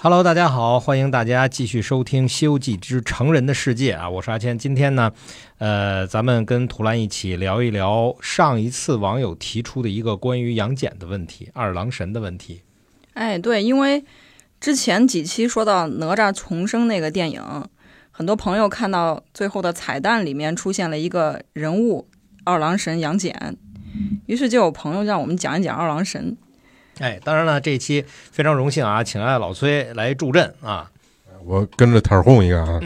Hello，大家好，欢迎大家继续收听《西游记之成人的世界》啊，我是阿谦。今天呢，呃，咱们跟图兰一起聊一聊上一次网友提出的一个关于杨戬的问题、二郎神的问题。哎，对，因为之前几期说到哪吒重生那个电影，很多朋友看到最后的彩蛋里面出现了一个人物二郎神杨戬，于是就有朋友让我们讲一讲二郎神。哎，当然了，这一期非常荣幸啊，请来老崔来助阵啊。我跟着摊儿混一 个啊，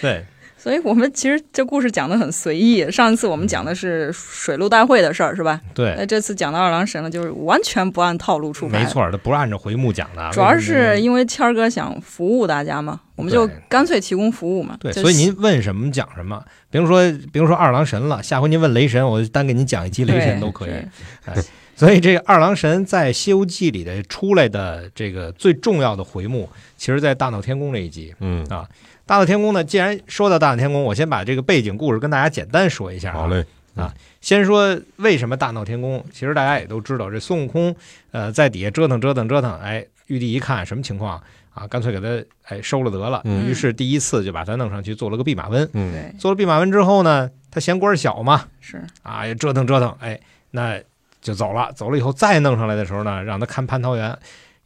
对，所以我们其实这故事讲的很随意。上一次我们讲的是水陆大会的事儿，是吧？那对，这次讲到二郎神了，就是完全不按套路呃出牌。没错，这不是按照回目讲的啊，主要是因为谦儿哥想服务大家嘛，我们就对干脆提供服务嘛。对，就所以是您问什么讲什么，比如说，比如说二郎神了，下回您问雷神，我就单给您讲一集雷神都可以对。是所以这个二郎神在《西游记》里的出来的这个最重要的回目，其实在大闹天宫这一集。嗯，大闹天宫呢，既然说到大闹天宫，我先把这个背景故事跟大家简单说一下、啊。好嘞，先说为什么大闹天宫，其实大家也都知道，这孙悟空，呃，在底下折腾折腾折腾，哎，玉帝一看什么情况啊，干脆给他哎收了得了。嗯于是第一次就把他弄上去做了个弼马温。嗯，对，做了弼马温之后呢，他嫌官儿小嘛，是啊，也折腾折腾，哎，那就走了。走了以后再弄上来的时候呢，让他看蟠桃园。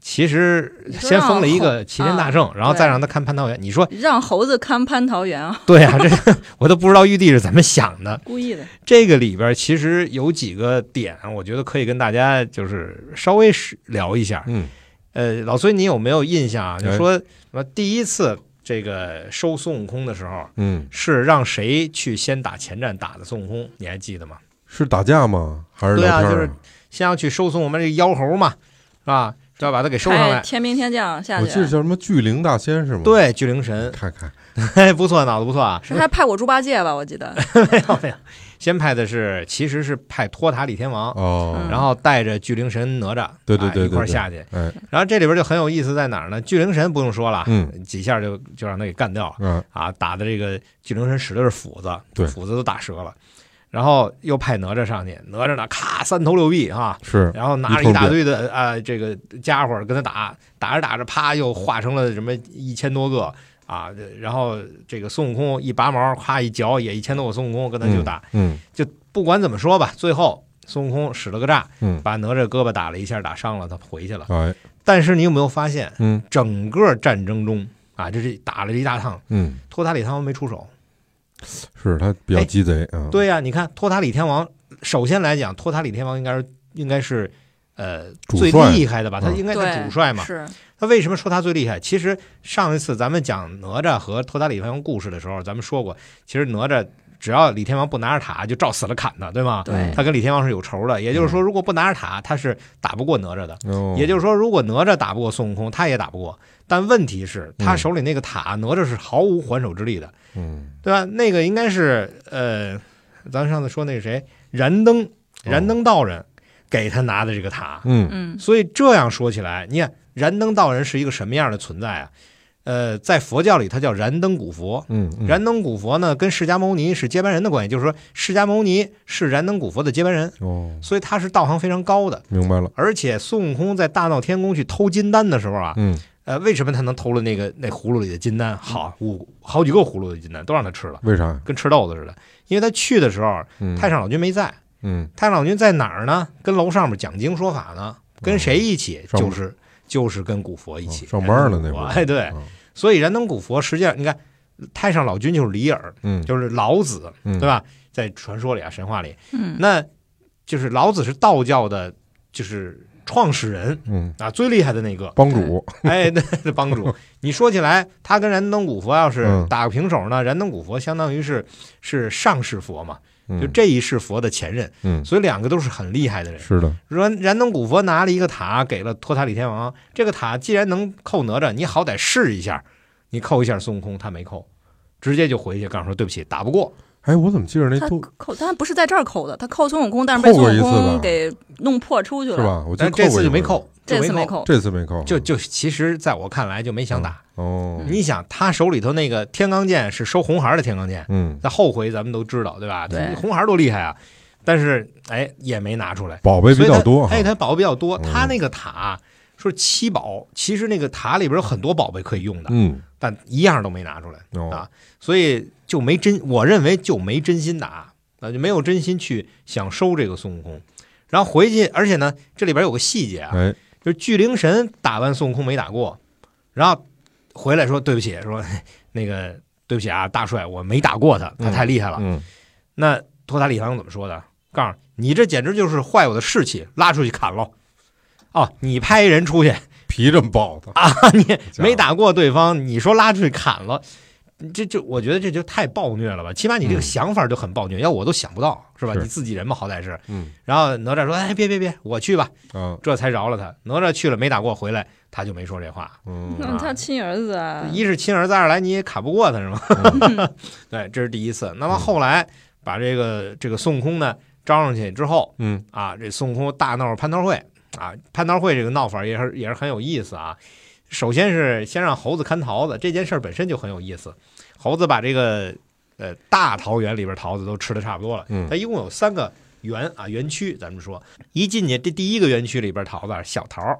其实先封了一个齐天大圣，然后再让他看蟠桃园。你说让猴子看蟠桃园啊，对啊，这 我都不知道玉帝是怎么想的。 故意的。这个里边其实有几个点，我觉得可以跟大家就是稍微是聊一下。嗯，呃，老孙，你有没有印象啊？就哎说什么第一次这个收孙悟空的时候，嗯，是让谁去先打前站打的孙悟空？你还记得吗？是打架吗？还是对啊聊天就是先要去收送我们这个妖猴嘛，是吧？是要把他给收上派来。天兵天将下我去啊记得叫什么巨灵大仙是吗？，对，巨灵神， 看看，嘿，不错，脑子不错啊。是还派我猪八戒吧？我记得没有没有，先派的是其实是派托塔李天王，哦，然后带着巨灵神哪吒，对对啊对一块儿对对下去。哎，然后这里边就很有意思在哪儿呢？巨灵神不用说了，嗯几下就就让他给干掉了啊，啊！打的这个巨灵神使的是斧子，对斧子都打折了。然后又派哪吒上去，哪吒呢，咔三头六臂啊，是，然后拿着一大堆的啊、呃这个家伙跟他打，打着打着，啪又化成了什么一千多个啊，然后这个孙悟空一拔毛，咔一嚼也一千多个孙悟空跟他就打，嗯不管怎么说吧，最后孙悟空使了个诈，嗯，把哪吒胳膊打了一下，打伤了，他回去了。哎，但是你有没有发现，嗯整个战争中啊，这是打了一大趟，嗯，托塔李天王没出手。是他比较鸡贼啊，，哎对呀、你看托塔李天王，首先来讲，托塔李天王应该是应该是呃主最帅厉害的吧，他嗯应该是对主帅嘛。是他为什么说他最厉害？其实上一次咱们讲哪吒和托塔李天王故事的时候，咱们说过，其实哪吒只要李天王不拿着塔，就照死了砍他，对吗？对他跟李天王是有仇的，也就是说，如果不拿着塔，他是打不过哪吒的。哦，也就是说，如果哪吒打不过孙悟空，他也打不过。但问题是，他手里那个塔，哪吒是毫无还手之力的，嗯，对吧？那个应该是呃，咱上次说那个谁，燃灯燃灯道人给他拿的这个塔，嗯嗯，嗯所以这样说起来，你看燃灯道人是一个什么样的存在啊？呃，在佛教里，它叫燃灯古佛。嗯嗯，燃灯古佛呢，跟释迦牟尼是接班人的关系，就是说释迦牟尼是燃灯古佛的接班人，哦，所以他是道行非常高的。明白了，而且孙悟空在大闹天宫去偷金丹的时候啊，嗯，嗯呃，为什么他能偷了那个那葫芦里的金丹？好五好几个葫芦的金丹都让他吃了，为啥？跟吃豆子似的。因为他去的时候，嗯，太上老君没在，嗯，太上老君在哪儿呢？跟楼上面讲经说法呢，跟谁一起？上班就是就是跟古佛一起、嗯哦上班了那会会儿 哎，对，嗯所以燃灯古佛实际上你看，太上老君就是李耳，嗯，就是老子，嗯对吧？在传说里啊，神话里，嗯，那就是老子是道教的，就是创始人嗯，。啊，最厉害的那个帮主，哎， 对，对帮 主，你说起来，他跟燃灯古佛要是嗯打个平手呢，燃灯古佛相当于是是上世佛嘛，嗯就，这一世佛的前任，嗯，所以两个都是很厉害的人。是的，燃燃灯古佛拿了一个塔给了托塔李天王，这个塔既然能扣哪吒，你好歹试一下，你扣一下孙悟空，他没扣，直接就回去告诉说对不起，打不过。哎，我怎么记着那他都扣，但不是在这儿扣的，他扣孙悟空，但是被扣过孙悟一次吧空给弄破出去是了，吧？我记但得是这过次一就没回，扣，这次就没没。扣。这次没扣，就就其实，在我看来就没想打。哦，你想，他手里头那个天罡剑是收红孩儿的天罡剑，嗯，那后回咱们都知道，对吧？对红孩儿多厉害啊！但是哎，也没拿出来。宝贝比较多哈哎所以他，哎，他宝贝比较多，嗯他那个塔说七宝，其实那个塔里边有很多宝贝可以用的，嗯，但一样都没拿出来，哦啊，所以就没真，我认为就没真心打，啊，就没有真心去想收这个孙悟空。然后回去，而且呢，这里边有个细节啊，哎，就是巨灵神打完孙悟空没打过，然后回来说对不起，说 那个对不起啊，大帅，我没打过他，他太厉害了。嗯，那托塔李唐怎么说的？告诉你，这简直就是坏我的士气，拉出去砍喽！哦，你派一人出去， 皮这么薄的，你家伙啊没打过对方，你说拉出去砍了，这这我觉得这就太暴虐了吧？起码你这个嗯想法就很暴虐，要我都想不到，是吧？是你自己人嘛，好歹是。嗯然后哪吒说：“哎，别别别，我去吧。啊”，这才饶了他。哪吒去了没打过，回来他就没说这话。嗯 那他亲儿子啊，一是亲儿子，二来你也砍不过他是吗？嗯对，这是第一次。那么后来把这个这个孙悟空呢招上去之后，嗯，啊，这孙悟空大闹蟠桃会啊，蟠桃会这个闹法也是也是很有意思啊。首先是先让猴子看桃子，这件事儿本身就很有意思。猴子把这个呃大桃园里边桃子都吃的差不多了，嗯它一共有三个园啊园区，咱们说一进去这第一个园区里边桃子小桃儿，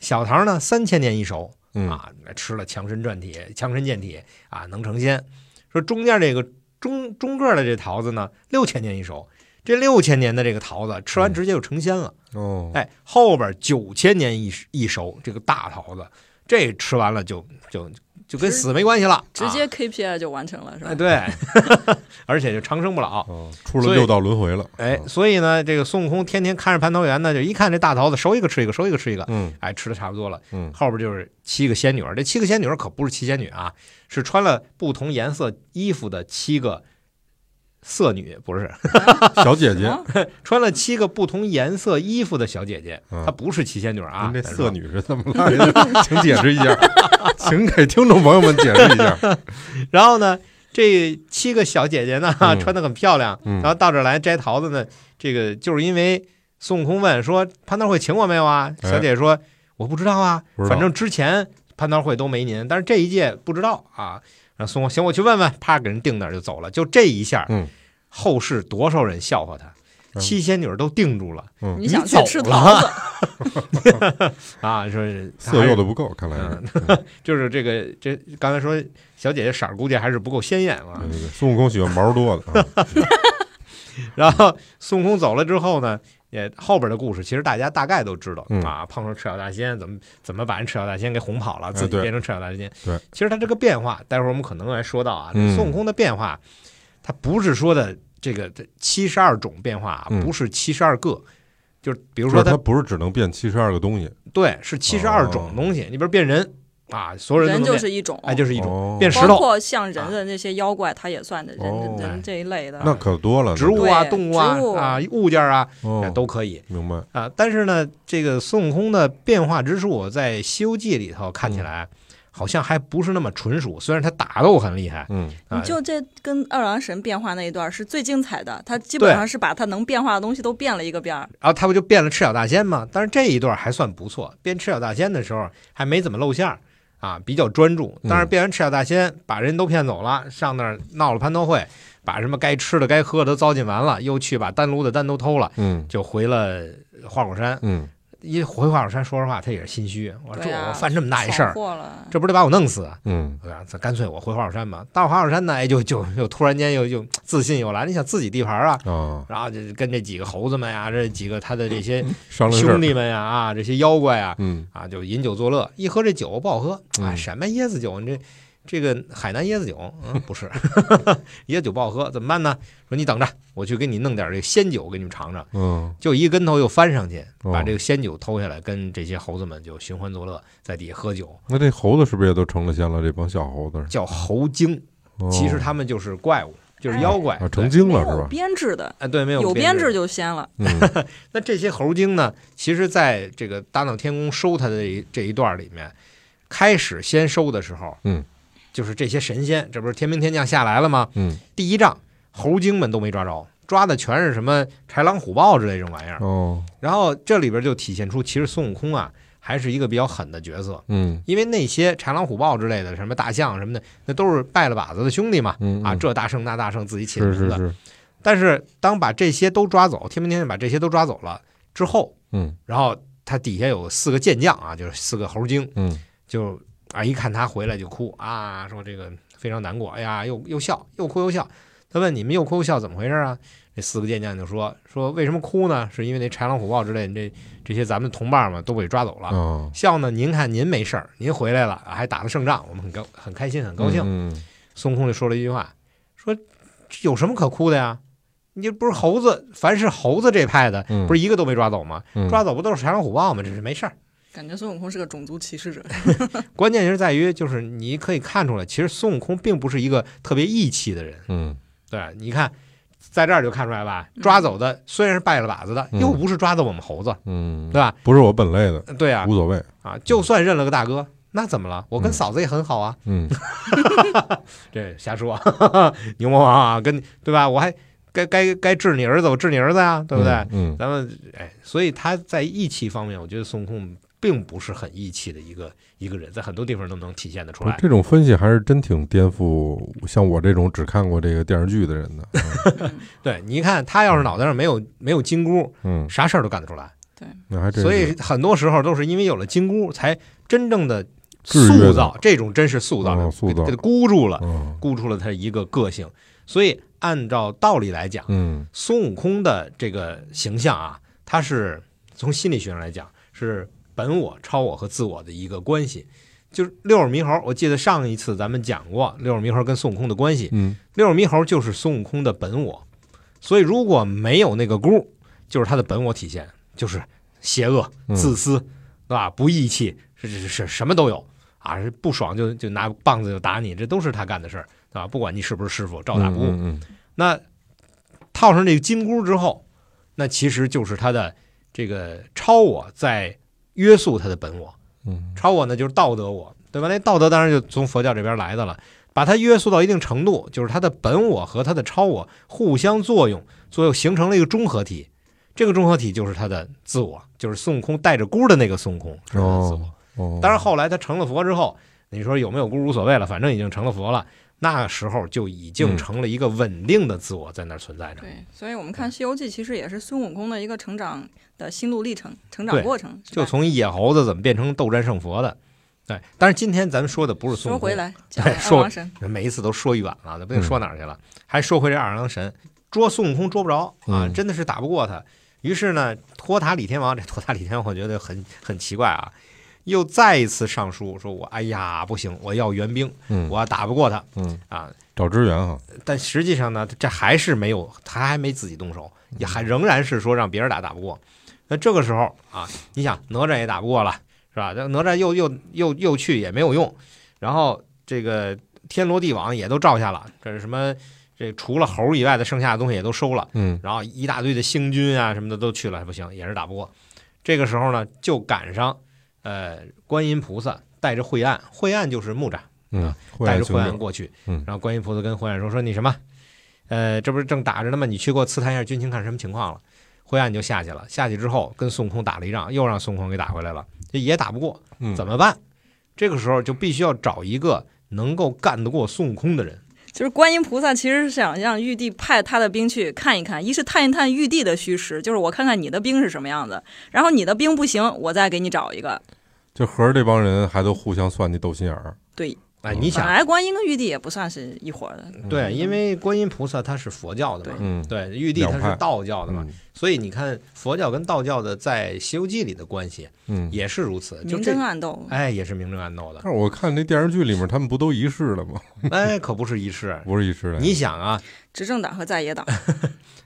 小桃儿呢三千年一熟，嗯，啊，吃了强身健体，强身健体啊，能成仙。说中间这个中中个儿的这桃子呢，六千年一熟，这六千年的这个桃子吃完嗯直接就成仙了。哦，哎，后边九千年一一熟，这个大桃子，这吃完了就就就跟直死没关系了，直接啊 KPI 就完成了是吧哎？对， 而且就长生不老。哦，出了所以六道轮回了，哎啊，所以呢，这个孙悟空天天看着蟠桃园呢，就一看这大桃子，熟一个吃一个，熟一个吃一个，嗯哎，吃的差不多了。嗯，后边就是七个仙女儿，这七个仙女儿可不是七仙女啊，是穿了不同颜色衣服的七个色女，不是小姐姐什，么穿了七个不同颜色衣服的小姐姐，啊她不是七仙女儿啊。您这咱色说女是怎么来的？ 请解释一下，请给听众朋友们解 释一下。然后呢，这七个小姐姐呢，嗯 穿的很漂亮，嗯然后到这儿来摘桃子呢，这个就是因为孙悟空问说蟠桃会请我没有啊？哎小姐姐说、我不知道啊，不知道反正之前蟠桃会都没您，但是这一届不知道啊。然后孙悟空行，我去问问，啪给人定那儿就走了。就这一下，嗯后世多少人笑话他。嗯七仙女儿都定住了你想去你走吃桃子？啊！说是他色还诱是的不够，看来是嗯嗯 就是这个这刚才说小姐姐色儿估计还是不够鲜艳啊对。对对孙悟空喜欢毛多的啊， 然后孙悟空走了之后呢，也后边的故事其实大家大概都知道、嗯啊，碰上赤脚大仙怎么怎么把人赤脚大仙给哄跑了，哎自己对变成赤脚大仙。对其实他这个变化，待会儿我们可能来说到啊，这嗯孙悟空的变化，他不是说的这个七十二种变化啊，嗯不是七十二个。就是比如就是说他它不是只能变七十二个东西，对是七十二种东哦西，你比如变人啊，所有人人都能就变，是一种，哎，就是一种种变石包头括像人的那些妖怪，他也算的哦人人这一类的。那可多了，植物啊、对动物啊植物啊物件啊，哦都可以。明白，啊，但是呢，这个孙悟空的变化之术在《西游记》里头看起来好像还不是那么纯熟，虽然他打斗很厉害嗯啊你，就这跟二郎神变化那一段是最精彩的，他基本上是把他能变化的东西都变了一个遍儿。然后他不就变了赤脚大仙吗？但是这一段还算不错，变赤脚大仙的时候还没怎么露馅儿啊，比较专注。但是嗯变完赤脚大仙，把人都骗走了，上那儿闹了蟠桃会，把什么该吃的该喝的都糟践完了，又去把丹炉的丹都偷了，嗯就回了花果山。嗯，一回花果山，说实话，他也是心虚，我说对啊我犯这么大一事闯儿，祸了，这不得把我弄死啊？嗯对吧？咱干脆我回花果山吧。到花果山呢，哎，就就又突然间又又自信又来。你想自己地盘啊，啊，然后就跟这几个猴子们呀、这几个他的这些商量事儿兄，弟们呀、啊，这些妖怪呀、嗯啊，就饮酒作乐。一喝这酒不好喝啊，嗯什么椰子酒？你这这个海南椰子酒，嗯，不是， 椰子酒不好喝，怎么办呢？说你等着，我去给你弄点这鲜酒给你们尝尝。嗯，就一跟头又翻上去，哦把这个鲜酒偷下来，跟这些猴子们就寻欢作乐，在底下喝酒，那这猴子是不是也都成了仙了？这帮小猴子，叫猴精。哦其实他们就是怪物，就是妖怪。啊对成精没了有是吧？编制的，哎，对，没有编编制。就仙了。嗯那这些猴精呢，其实在这个大闹天宫收他的这一这一段里面，开始先收的时候，嗯，就是这些神仙，这不是天兵天将下来了吗？嗯，第一仗，猴精们都没抓着，抓的全是什么豺狼虎豹之类这种玩意儿。哦，然后这里边就体现出，其实孙悟空啊，还是一个比较狠的角色，嗯因为那些豺狼虎豹之类的，什么大象什么的，那都是拜了把子的兄弟嘛。嗯啊，嗯这大圣那大圣自己起的是名是字。是，但是当把这些都抓走，天兵天将把这些都抓走了之后，嗯然后他底下有四个健将啊，就是四个猴精，嗯，就啊一看他回来就哭啊，说这个非常难过，哎呀，又又笑，又哭又笑。他问你们又哭又笑怎么回事啊？这四个健将就说说为什么哭呢？是因为那豺狼虎豹之类的这这些咱们的同伴们都被抓走了。哦，笑呢，您看您没事儿，您回来了，还打了胜仗，我们很高很开心很高兴。嗯，孙悟空就说了一句话，说这有什么可哭的呀？你这不是猴子，凡是猴子这派的，嗯不是一个都没抓走吗？嗯抓走不都是豺狼虎豹吗？这是没事儿。感觉孙悟空是个种族歧视者。关键是在于，就是你可以看出来，其实孙悟空并不是一个特别义气的人。嗯，对，你看，在这儿就看出来吧，抓走的虽然是拜了把子的，嗯又不是抓走我们猴子，嗯对，吧？不是我本类的，对啊，无所谓，啊，就算认了个大哥，那怎么了？我跟嗯嫂子也很好啊。嗯，这瞎说， 牛魔王啊，跟对吧？我还该该该治你儿子，我治你儿子呀、对不对？嗯？咱们哎，所以他在义气方面，我觉得孙悟空并不是很义气的一个一个人，在很多地方都能体现得出嗯，来。这种分析还是真挺颠覆像我这种只看过这个电视剧 的人的，对，你一看他要是脑袋上没有没有金箍，嗯，啥事儿都干得出来。那还真是，所以很多时候都是因为有了金箍，才真正的制塑约的造这种真是塑造哦人，塑给他造给他箍住了，嗯箍住了他一个个性。所以按照道理来讲，嗯孙悟空的这个形象啊，它是从心理学上来讲是本我、超我和自我的一个关系。就是六耳猕猴，我记得上一次咱们讲过六耳猕猴跟孙悟空的关系。嗯六耳猕猴就是孙悟空的本我，所以如果没有那个箍，就是他的本我体现，就是邪恶、嗯自私，对吧？不义气，是是是什么都有啊！不爽就就拿棒子就打你，这都是他干的事儿，对吧？不管你是不是师傅，照打不误。嗯嗯那套上这个金箍之后，那其实就是他的这个超我在约束他的本我，嗯超我呢就是道德我，对吧？那道德当然就从佛教这边来的了，把它约束到一定程度，就是他的本我和他的超我互相作用，作用形成了一个综合体。这个综合体就是他的自我，就是孙悟空带着箍的那个孙悟空是他的自我。哦哦，当然后来他成了佛之后，你说有没有功无所谓了，反正已经成了佛了。那时候就已经成了一个稳定的自我在那儿存在着。对，所以我们看《西游记》，其实也是孙悟空的一个成长的心路历程、成对长过程。是就吧从野猴子怎么变成斗战胜佛的，对。但是今天咱们说的不是孙悟说空，回来，讲对二说郎神，每一次都说远了，都不定嗯说哪儿去了。还说回这二郎神，捉孙悟空捉不着啊，嗯真的是打不过他。于是呢，托塔李天王，这托塔李天王我觉得很很奇怪啊，又再一次上书说我哎呀不行，我要援兵，嗯我打不过他嗯啊。找支援哈，但实际上呢，这还是没有，他还没自己动手，也还仍然是说让别人打打不过。那这个时候啊，你想哪吒也打不过了，是吧？这哪吒又又又又去也没有用，然后这个天罗地网也都照下了，这是什么？这除了猴以外的剩下的东西也都收了，嗯然后一大堆的星君啊什么的都去了，不行，也是打不过。这个时候呢，就赶上呃观音菩萨带着晦暗，晦暗就是木吒。嗯，啊会带爱着兄灰暗弟，过去，嗯然后观音菩萨跟灰暗说：“说你什么？呃，这不是正打着呢吗？你去给我刺探一下军情，看什么情况了。”灰暗就下去了，下去之后跟孙悟空打了一仗，又让孙悟空给打回来了，这也打不过，嗯怎么办？这个时候就必须要找一个能够干得过孙悟空的人。就是观音菩萨其实是想让玉帝派他的兵去看一看，一是探一探玉帝的虚实，就是我看看你的兵是什么样子，然后你的兵不行，我再给你找一个。哎就合着这帮人还都互相算计斗心眼儿，对，哎，嗯你本想，来观音跟玉帝也不算是一伙的，对，因为观音菩萨他是佛教的嘛，嗯，对，玉帝他两是派道教的嘛，嗯所以你看佛教跟道教的在《西游记》里的关系嗯，也是如此，就明这争，暗斗。哎，也是明争暗 斗的，但是我看那电视剧里面，他们不都一世了吗？哎，可不是一事，不是一世的，你想啊，执政党和在野党，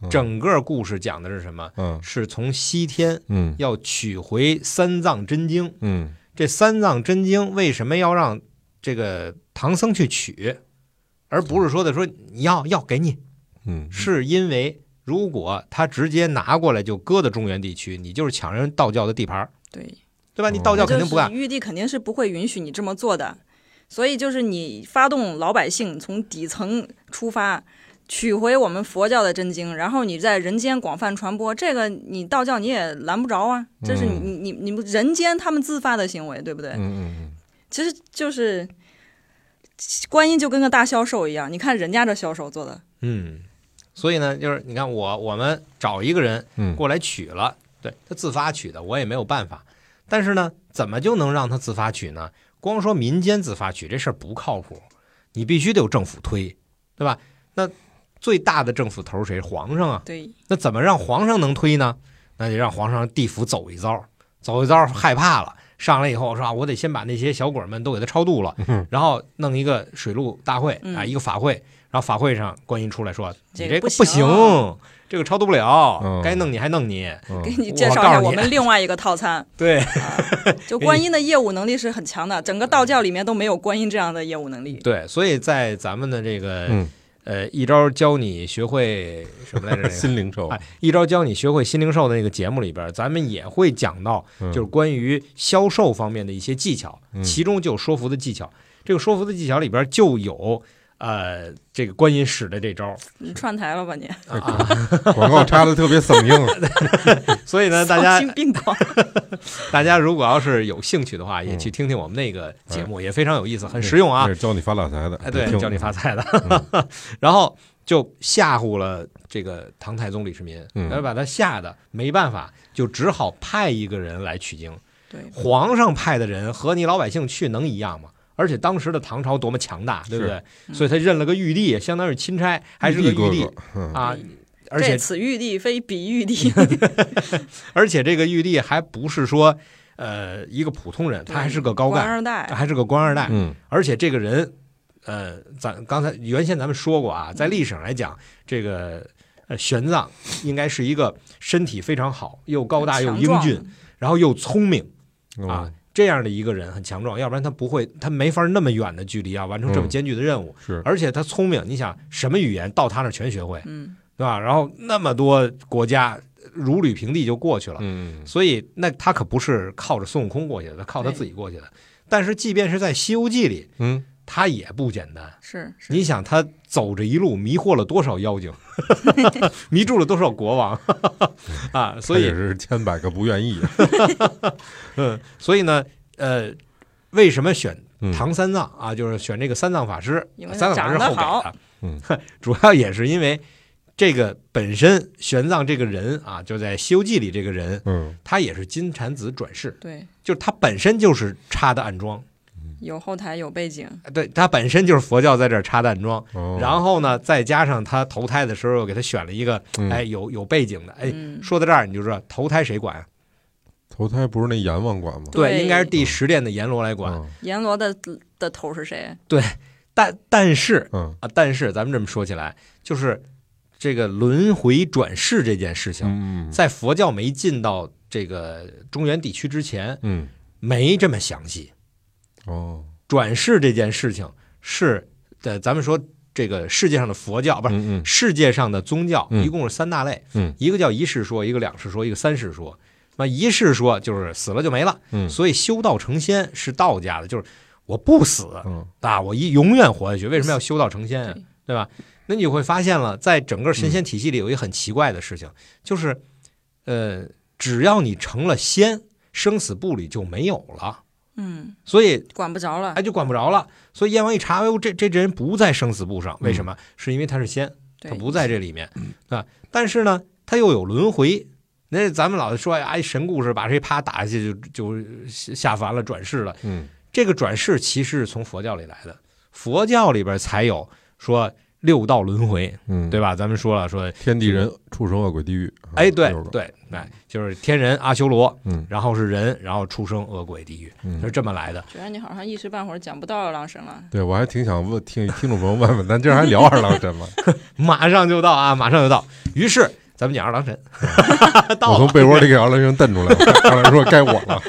嗯整个故事讲的是什么？嗯是从西天嗯要取回三藏真经。嗯这三藏真经为什么要让这个唐僧去取，而不是说的说你要要给你？嗯，是因为如果他直接拿过来就搁到中原地区，你就是抢人道教的地盘儿，对，对吧？嗯你道教肯定不干就。是玉帝肯定是不会允许你这么做的，所以就是你发动老百姓从底层出发。取回我们佛教的真经，然后你在人间广泛传播，这个你道教你也拦不着啊，这是你、嗯你你你人间他们自发的行为，对不对？嗯嗯其实就是观音就跟个大销售一样，你看人家这销售做的，嗯，所以呢，就是你看我我们找一个人嗯嗯过来取了，对他自发取的，我也没有办法。但是呢，怎么就能让他自发取呢？光说民间自发取这事儿不靠谱，你必须得有政府推，对吧？那最大的政府头儿谁？皇上啊。对，那怎么让皇上能推呢？那得让皇上地府走一遭，走一遭害怕了，上来以后是吧？我得先把那些小鬼儿们都给他超度了，嗯然后弄一个水陆大会嗯啊，一个法会，然后法会上观音出来说：“这你个这不个不行行，这个超度不了，嗯该弄你还弄你。嗯给你介绍一我告下诉你我 们另外一个套餐。”对，就观音的业务能力是很强的，整个道教里面都没有观音这样的业务能力。对，所以在咱们的这个、嗯呃一招教你学会什么来着、 那个新零售哎，一招教你学会新零售的那个节目里边，咱们也会讲到，嗯就是关于销售方面的一些技巧，嗯其中就有说服的技巧。这个说服的技巧里边就有，呃，这个观音使的这招儿你串台了吧你？啊，广告插的特别生 硬，所以呢，呃大家丧心病 狂。大家如果要是有兴趣的话，也嗯去听听我们那个节目，也非常有意思，很实用啊这。是教你发大财的，哎，对，听教你发财嗯的， 然后就吓唬了这个唐太宗李世民，嗯然后把他吓得没办法，就只好派一个人来取经。对，皇上派的人和你老百姓去能一样吗？而且当时的唐朝多么强大，对不对？嗯所以他认了个玉帝，相当于钦差，还是个玉帝哥哥，嗯啊对！而且这此玉帝非彼玉帝，而且这个玉帝还不是说呃一个普通人， 他还是个高官干，二代。还是个官二代。嗯而且这个人，呃，咱刚才原先咱们说过啊，在历史上来讲，这个呃玄奘应该是一个身体非常好，又高大又强英壮俊，然后又聪明。啊哦，这样的一个人很强壮，要不然他不会，他没法那么远的距离啊完成这么艰巨的任务。嗯是而且他聪明，你想什么语言到他那儿全学会，嗯，对吧？然后那么多国家如履平地就过去了，嗯所以那他可不是靠着孙悟空过去的，他靠他对自己过去哎的。但是即便是在《西游记》里，嗯，他也不简单。是是。你想，他走着一路迷惑了多少 妖精，迷住了多少国王 啊！所以他也是千百个不愿意，嗯，所以呢，呃，为什么选嗯唐三藏啊？就是选这个三藏法师因，为他三藏法师后长得给的好，嗯， 主要也是因为这个本身玄奘这个人啊，就在《西游记》里这个人，嗯他也是金蝉子转世，对，就是他本身就是插的暗桩，有后台有背景，对他本身就是佛教在这儿插的暗桩。哦，然后呢，再加上他投胎的时候又给他选了一个，嗯哎，有有背景的，哎，嗯，说到这儿你就知道投胎谁管？啊投胎不是那阎王管吗？对应该是第十殿的阎罗来管。嗯阎罗的的头是谁？但但是嗯啊，但是咱们这么说起来，就是这个轮回转世这件事情，嗯在佛教没进到这个中原地区之前，嗯没这么详细。哦，转世这件事情是，呃，咱们说这个世界上的佛教不是。嗯嗯世界上的宗教嗯一共是三大类，嗯一个叫一世说，一个两世说，一个三世说。那么一世说就是死了就没了，嗯所以修道成仙是道家的，就是我不死，嗯啊，我一永远活下去，为什么要修道成仙啊对？嗯对吧？那你就会发现了，在整个神仙体系里有一个很奇怪的事情，就是，呃，只要你成了仙，生死簿里就没有了，嗯，所以管不着了哎。就管不着了。所以燕王一查，哎呦，这这这人不在生死簿上，为什么？是因为他是仙，嗯对嗯他，不在这里面啊。但是呢，他又有轮回。那咱们老说哎神故事，把谁啪打下去就就下凡了，转世了。嗯这个转世其实是从佛教里来的，佛教里边才有说六道轮回，嗯，对吧？咱们说了说，天地人、畜生、恶鬼、地狱，啊哎，对六个对，哎，就是天人阿修罗，嗯然后是人，然后畜生、恶鬼、地狱，就是嗯，这么来的。觉得你好像一时半会儿讲不到二郎神了。对我还挺想问听听众朋友问问，咱今儿还聊二 郎神吗？马上就到啊，马上就到。于是咱们讲二郎神，我 到从了被窝里给二郎神蹬出来 了，二郎神说该我了，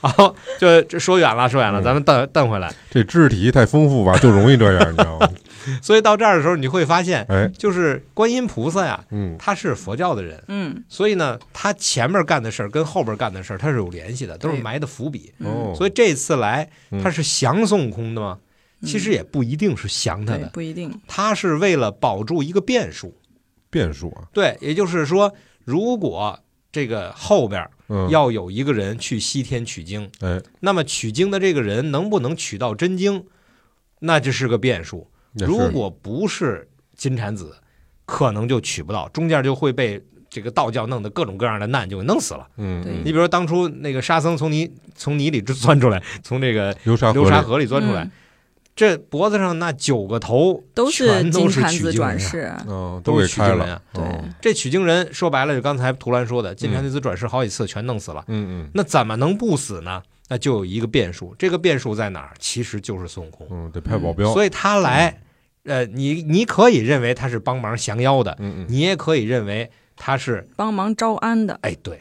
好，就这说远了，说远了，嗯咱们瞪瞪回来。这知识体系太丰富吧，就容易这样，你知道吗？所以到这儿的时候，你会发现， 哎，就是观音菩萨呀，嗯他是佛教的人，嗯，所以呢，他前面干的事儿跟后边干的事儿，他是有联系的，都是对埋的伏笔。嗯哦，所以这次来嗯他是降孙悟空的吗？嗯其实也不一定是降他对，的，不一定。他是为了保住一个变数。变数啊，对，也就是说，如果这个后边嗯，要有一个人去西天取经，哎，那么取经的这个人能不能取到真经，那这是个变数。也是如果不是金蝉子，可能就取不到，中间就会被这个道教弄的各种各样的难就给弄死了。嗯，对嗯你比如说当初那个沙僧从泥从泥里钻出来，从这个流沙河流沙里河里钻出来，嗯这脖子上那九个头都是全金都是蝉取子经转人啊，世，嗯，都都是给取经开人了啊。。对哦这取经人说白了，就刚才图兰说的，金蝉子转世好几次全弄死了，嗯那怎么能不死呢？那就有一个变数，这个变数在哪儿？其实就是孙悟空嗯。嗯，得派保镖。所以他来，呃，你你可以认为他是帮忙降妖的，嗯嗯，你也可以认为他是，帮忙招安的，哎，对，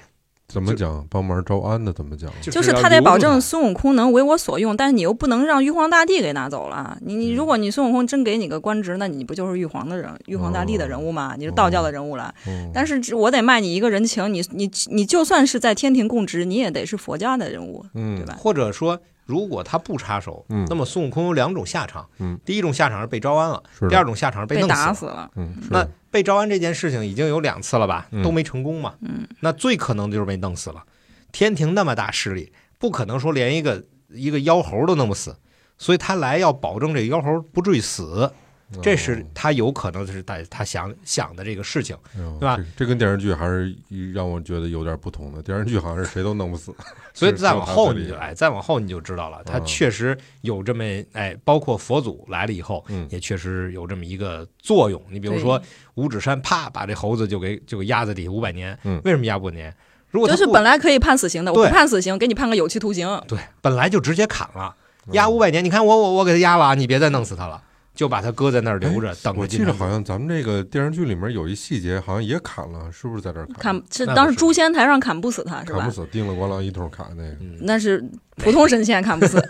怎么讲？帮忙招安的怎么讲？就就是要他得留住保证孙悟空能为我所用，但是你又不能让玉皇大帝给拿走了。啊你你，如果你孙悟空真给你个官职，那你不就是玉皇的人、玉皇大帝的人物吗？你是道教的人物了。嗯哎但是只我得卖你一个人情，你你你就算是在天庭供职，你也得是佛家的人物，对嗯吧？或者说，如果他不插手，嗯那么孙悟空有两种下场，嗯第一种下场是被招安了，是的第二种下场是被弄打了。死了。嗯，是那被招安这件事情已经有两次了吧，嗯都没成功嘛，嗯，那最可能就是被弄死了。天庭那么大势力，不可能说连一个一个妖猴都弄不死，所以他来要保证这妖猴不至于死，哦这嗯是他有可能是在他想想的这个事情。哎呦对吧这这跟电视剧还是让我觉得有点不同的。电视剧好像是谁都弄不死，所以再往后是你只就有他最厉害哎，再往后你就知道了，他嗯确实有这么哎，包括佛祖来了以后，嗯也确实有这么一个作用。你比如对说五指山啪把这猴子就给就给压在底下五百年，嗯为什么压五百年？如果他就是不本来可以判死刑的，我对不判死刑，给你判个有期徒刑。对本来就直接砍了，嗯压五百年，你看我我我给他压了啊，你别再弄死他了，就把他搁在那儿留着，等哎我着记金得蝉好子。像咱们这个电视剧里面有一细节，好像也砍了，是不是在这儿砍？砍是那不当时是诛仙台上砍不死他是砍吧不？死，叮了咣啷一通砍那个。嗯，那是普通神仙砍不死。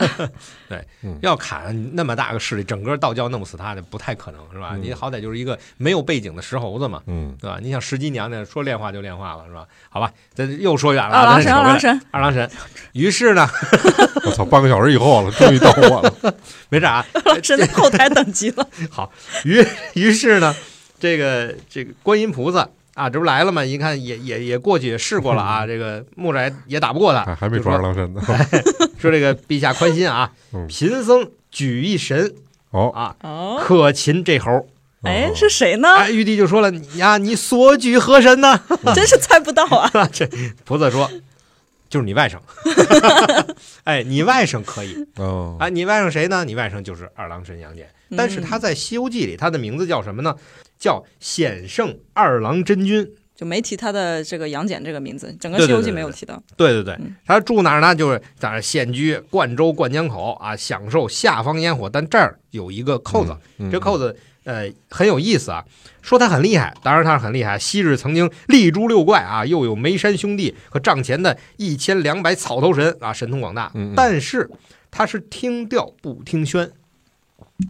要砍那么大个势力，整个道教弄不死他，那不太可能是吧？嗯你好歹就是一个没有背景的石猴子嘛，嗯，对吧？你想石矶娘娘说炼化就炼化了是吧？好吧，咱又说远了，啊二郎咱啊神，扯二回来郎神，二郎神。于是呢，我操，半个小时以后了，终于到 我了。没啥。二郎神在 后台等急了。于于是呢，这个这个观音菩萨啊，这不来了吗？一看也也也过去也试过了啊，这个木吒也打不过他，还还没抓二郎神呢。哎说这个陛下宽心啊嗯，贫僧举一神哦，啊， 哦，可擒这猴。哎哦，是谁呢？哎，玉帝就说了，你呀，你所举何神呢？ 真是猜不到啊！这菩萨说。就是你外甥， 哎，你外甥可以哦，啊，你外甥谁呢？你外甥就是二郎神杨戬。但是他嗯在《西游记》里，他的名字叫什么呢？叫显圣二郎真君。就没提他的这个杨戬这个名字，整个《对西对游对记》对没有对提到。对对对嗯，他住哪儿呢？就是在这现居灌州灌江口啊，享受下方烟火。但这儿有一个扣子，嗯这扣子呃很有意思啊，说他很厉害，当然他是很厉害。昔日曾经力诛六怪啊，又有梅山兄弟和帐前的一千两百草头神啊，神通广大。嗯嗯但是他是听调不听宣，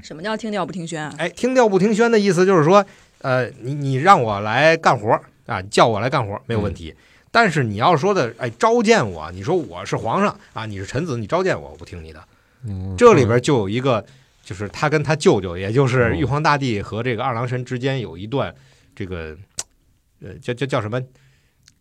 什么叫听调不听宣啊？哎，听调不听宣的意思就是说，呃，你你让我来干活儿啊，叫我来干活儿没有嗯问题。但是你要说的，哎，召见我，你说我是皇上啊，你是臣子，你召见我，我不听你的。嗯嗯这里边就有一个，就是他跟他舅舅，也就是玉皇大帝和这个二郎神之间有一段这个，呃，叫叫叫什么？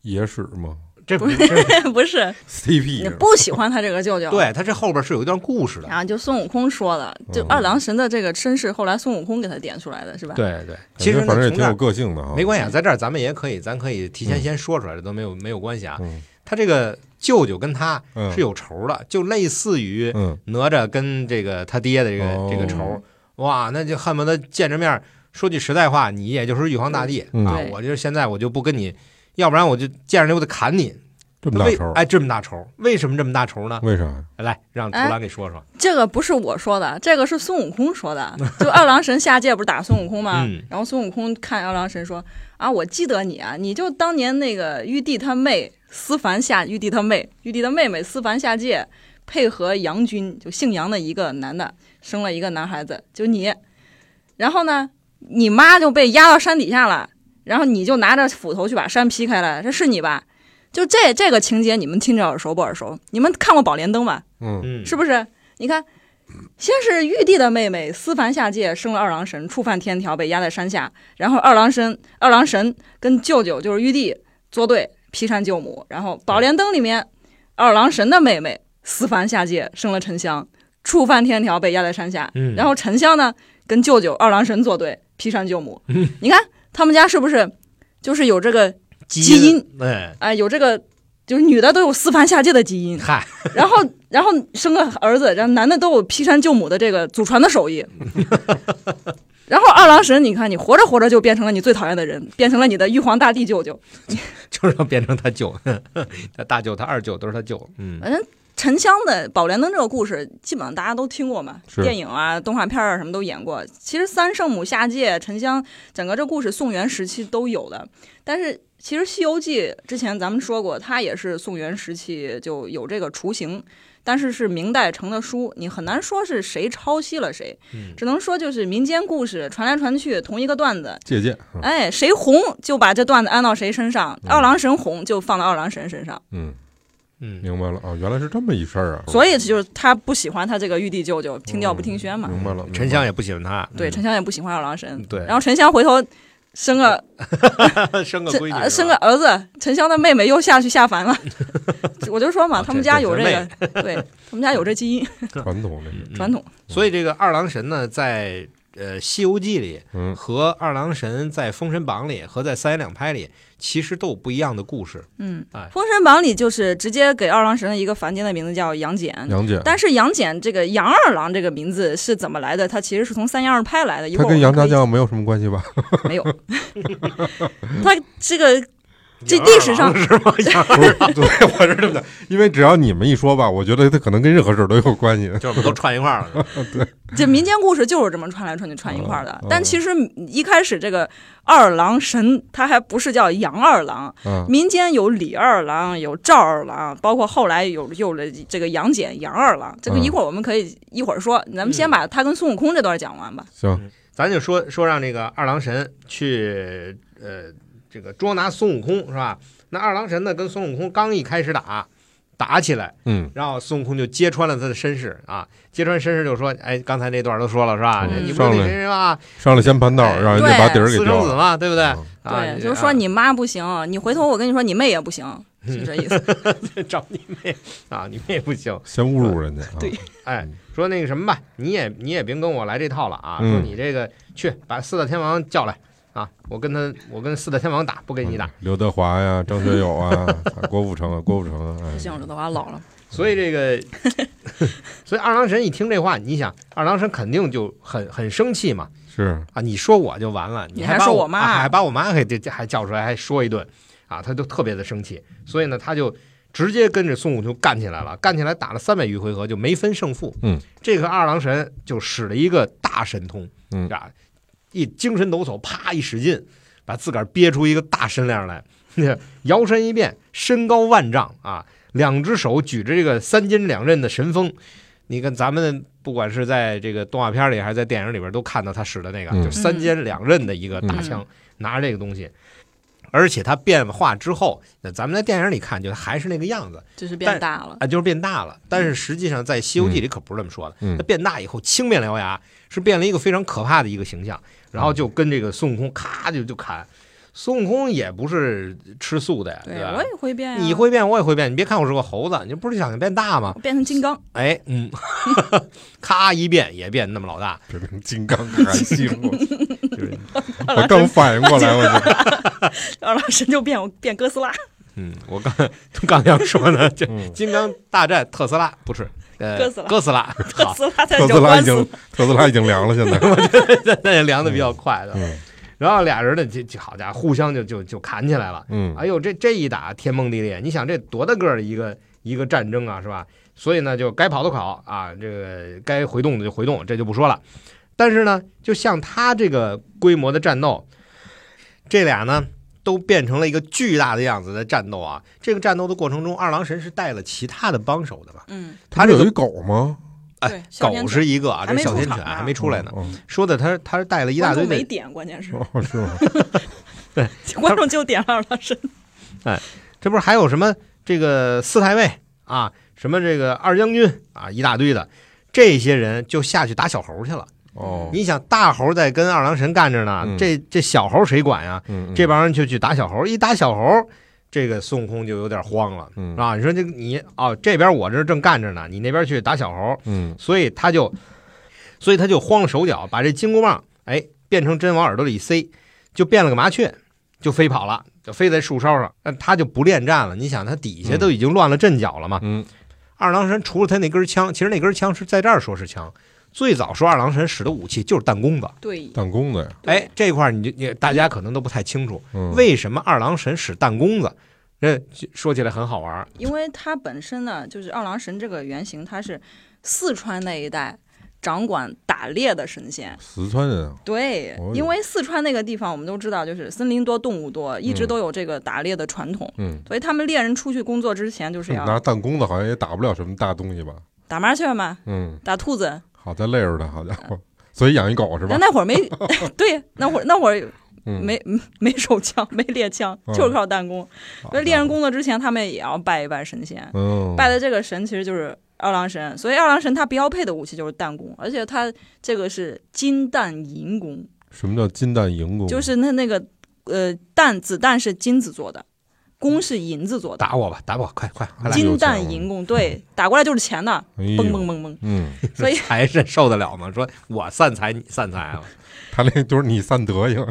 野史吗这不是这是 不是，你？CP 不喜欢他这个舅舅。。啊对，他这后边是有一段故事的。然后就孙悟空说的，就嗯二郎神的这个身世，后来孙悟空给他点出来的是吧？对对，其其实实呢反正也从挺这有儿个性的啊。没关系啊，在这儿咱们也可以，咱可以提前先说出来，这都没有没有关系啊。嗯他这个舅舅跟他嗯是有仇的，就类似于嗯哪吒跟这个他爹的这个、哦这个仇，哇，那就恨不得见着面儿说句实在话，你也就是玉皇大帝、嗯啊对，我就是现在我就不跟你，要不然我就见着你我得砍你。这么大为仇，哎，这么大仇，为什么这么大仇呢？为啥呀？来，让哎图兰给说说。这个不是我说的，这个是孙悟空说的。就二郎神下界不是打孙悟空吗？嗯然后孙悟空看二郎神说：“啊，我记得你啊，你就当年那个玉帝他妹思凡下玉帝他妹玉帝的妹妹思凡下界，配合杨军，就姓杨的一个男的生了一个男孩子，就你。然后呢，你妈就被压到山底下了，然后你就拿着斧头去把山劈开了，这是你吧？”就这这个情节，你们听着耳熟不耳熟？你们看过《宝莲灯》吧？嗯嗯，是不是？你看，先是玉帝的妹妹思凡下界生了二郎神，触犯天条被压在山下，然后二郎神二郎神跟舅舅就是玉帝作对，劈山救母。然后《宝莲灯》里面，二郎神的妹妹思凡下界生了沉香，触犯天条被压在山下。嗯然后沉香呢跟嗯舅舅二郎神作对，劈山救母。你看他们家是不是就是有这个基基因，哎，哎，有这个就是女的都有私凡下界的基因，嗨，然后然后生个儿子，然后男的都有劈山救母的这个祖传的手艺。 然后二郎神，你看你活着活着就变成了你最讨厌的人，变成了你的玉皇大帝舅舅。就是要变成他舅， 他大舅、他二舅都是他舅。嗯，反正沉香的《宝莲灯》这个故事，基本上大家都听过嘛，是电影啊、动画片啊什么都演过。其实三圣母下界、沉香，整个这故事宋元时期都有的。但是其实《西游记》之前咱们说过，它也是宋元时期就有这个雏形，但是是明代成的书，你很难说是谁抄袭了谁，嗯只能说就是民间故事传来传去，同一个段子，借鉴，嗯哎，谁红就把这段子安到谁身上，二郎神红就放到二郎神身上。嗯，嗯，明白了啊，原来是这么一事儿啊，所以就是他不喜欢他这个玉帝舅舅，听调不听宣嘛。嗯明白了，沉嗯香也不喜欢他，对，沉香也不喜欢二郎神。嗯对然后沉香回头生个嗯生个这闺女是吧，呃生个儿子，沉香的妹妹又下去下凡了。我就说嘛，哦他们这家这有这这个，对他们家有这基因明白了传统这个，嗯传统。所以这个二郎神呢，在呃《西游记》里嗯，和二郎神在《封神榜》里和在三言两拍里，其实都有不一样的故事。嗯，哎《封神榜》里就是直接给二郎神了一个凡间的名字叫杨戬。杨戬，但是杨戬这个杨二郎这个名字是怎么来的？他其实是从三言二拍来的。一会他儿跟我杨可家以将没有什么关系吧？ 没有，他这个这历史杨上二郎是吗？ 不是，对，我是这么想，因为只要你们一说吧，我觉得他可能跟任何事儿都有关系。啊就是我们都串一块儿了。 这民间故事就是这么串来串去串一块儿的嗯。但其实一开始这个二郎神他还不是叫杨二郎，嗯，民间有李二郎，有赵二郎，包括后来有有了这个杨戬、杨二郎。这个嗯一会儿我们可以一会儿说，咱们先把他跟孙悟空这段讲完吧。行，咱就说说让这个二郎神去呃这个捉拿孙悟空是吧？那二郎神呢跟孙悟空刚一开始打，打起来，嗯，然后孙悟空就揭穿了他的身世啊，揭穿身世就说，哎，刚才那段都说了是吧？嗯你不是上那来谁谁嘛，上来先盘道，哎让人家把底儿给私生掉子了。嘛，对不对？嗯啊对，就是说你妈不行，你回头我跟你说你妹也不行，是这意思。找你妹啊，你妹不行。先侮辱人家，啊对，哎嗯，说那个什么吧，你也你也别跟我来这套了啊！嗯说你这个去把四大天王叫来啊，我跟他我跟四大天王打，不跟你打。嗯刘德华呀，张学友啊， 郭富城啊，郭富城啊，哎不行，刘德华老了，所以这 个，所以二郎神一听这话，你想二郎神肯定就很很生气嘛是，啊！你说我就完了，你还还把说我我妈啊还把我妈给这这还叫出来，还说一顿啊，他就特别的生气。所以呢，他就直接跟着孙悟空干起来了，干起来打了三百余回合就没分胜负。嗯，这个二郎神就使了一个大神通，嗯啊，一精神抖擞，啪一使劲，把自个儿憋出一个大身量来， 摇身一变，身高万丈啊，两只手举着这个三尖两刃的神锋。你看，咱们不管是在这个动画片里还是在电影里边，都看到他使的那个，嗯就是三尖两刃的一个大枪，拿着这个东西。而且他变化之后，那咱们在电影里看，就还是那个样子，就是但变大了。啊，就是变大了。但是实际上，在《西游记》里可不是这么说的。嗯他变大以后，青面獠牙是变了一个非常可怕的一个形象，然嗯后就跟这个孙悟空咔就就砍。孙悟空也不是吃素的呀，对，吧我？也会变呀。啊啊你会变，我也会变。你别看我是个猴子，你不是想变大吗我？变成金刚，哎，嗯， 咔一变也变那么老大，这成金刚还行， 就是我刚反应过来，我就二郎神就变我变哥斯拉。嗯，我刚刚想说呢，就嗯金刚大战特斯拉不是，呃， 哥斯拉哥斯 拉，特斯拉在特惹斯拉官已司经特斯拉已经凉了，现在，那那也量的比较快的。嗯然后俩人呢，这这好家伙，互相就就就砍起来了。嗯，哎呦，这这一打天崩地裂，你想这多大个儿的一个一个战争啊，是吧？所以呢，就该跑的跑啊，这个该回动的就回动，这就不说了。但是呢，就像他这个规模的战斗，这俩呢都变成了一个巨大的样子的战斗啊。这个战斗的过程中，二郎神是带了其他的帮手的嘛？嗯，他他这有个一狗吗？哎对，哮天狗犬是一个啊，还这没小出天场犬呢还没出来呢。哦，说的他他是带了一大观堆众没的，点，关键是 哦，是吗？观众就点了二郎神。这不是还有什么这个四太尉啊，什么这个二将军啊，一大堆的。这些人就下去打小猴去了。 哦，你想，大猴在跟二郎神干着呢，嗯这这小猴谁管呀？嗯，嗯这帮人就去打小猴，一打小猴，这个孙悟空就有点慌了、嗯啊！你说这个你哦，这边我这正干着呢，你那边去打小猴，嗯所以他就，所以他就慌了手脚，把这金箍棒哎变成针往耳朵里塞，就变了个麻雀，就飞跑了。就飞在树梢上，那他就不恋战了。你想，他底下都已经乱了阵脚了嘛。嗯，二郎神除了他那根枪，其实那根枪是在这儿说是枪，最早说二郎神使的武器就是弹弓子。对，弹弓的呀，哎，这块儿你就你大家可能都不太清楚，嗯，为什么二郎神使弹弓子？这说起来很好玩儿，因为它本身呢，就是二郎神这个原型，它是四川那一带掌管打猎的神仙。四川人啊，对，哦哟因为四川那个地方我们都知道，就是森林多，动物多，一直嗯都有这个打猎的传统。嗯，所以他们猎人出去工作之前，就是拿要弹弓的好像也打不了什么大东西吧？打麻雀嘛，嗯，打兔子。好在累着的，好家伙， 所以养一狗是吧但？那会儿没，对，那会儿那会儿嗯，没没手枪，没猎枪，嗯就是靠弹弓。好所以猎人工作之前，他们也要拜一拜神仙。嗯，拜的这个神其实就是二郎神，所以二郎神他标配的武器就是弹弓，而且他这个是金弹银弓，什么叫金蛋银哦弓？就是那那个呃弹子弹是金子做的，弓是银子做的，打我吧，打我，快快快来！金弹银 弓，对，打过来就是钱呐，哎嘣呦，嘣嘣嘣，嗯，所以财神受得了吗？说我散财，你散财啊了。他那就是你散 德行，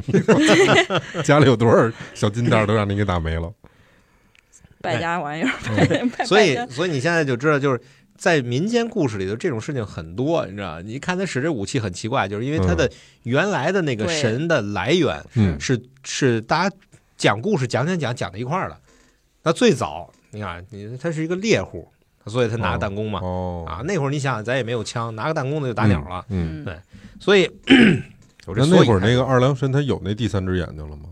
家里有多少小金蛋都让你给 打没了。败家玩意儿，嗯败哎所以败家，所以你现在就知道，就是在民间故事里头，这种事情很多，你知道？你看他使这武器很奇怪，就是因为他的原来的那个对神的来源嗯是是大家讲故事讲讲讲讲到一块儿了。那最早你看，你他是一个猎户，所以他拿哦弹弓嘛。哦啊，那会儿你想想，咱也没有枪，拿个弹弓子就打鸟了，嗯，嗯，所以有这那那会所儿以啊那个二郎神他有那第三只眼睛了吗？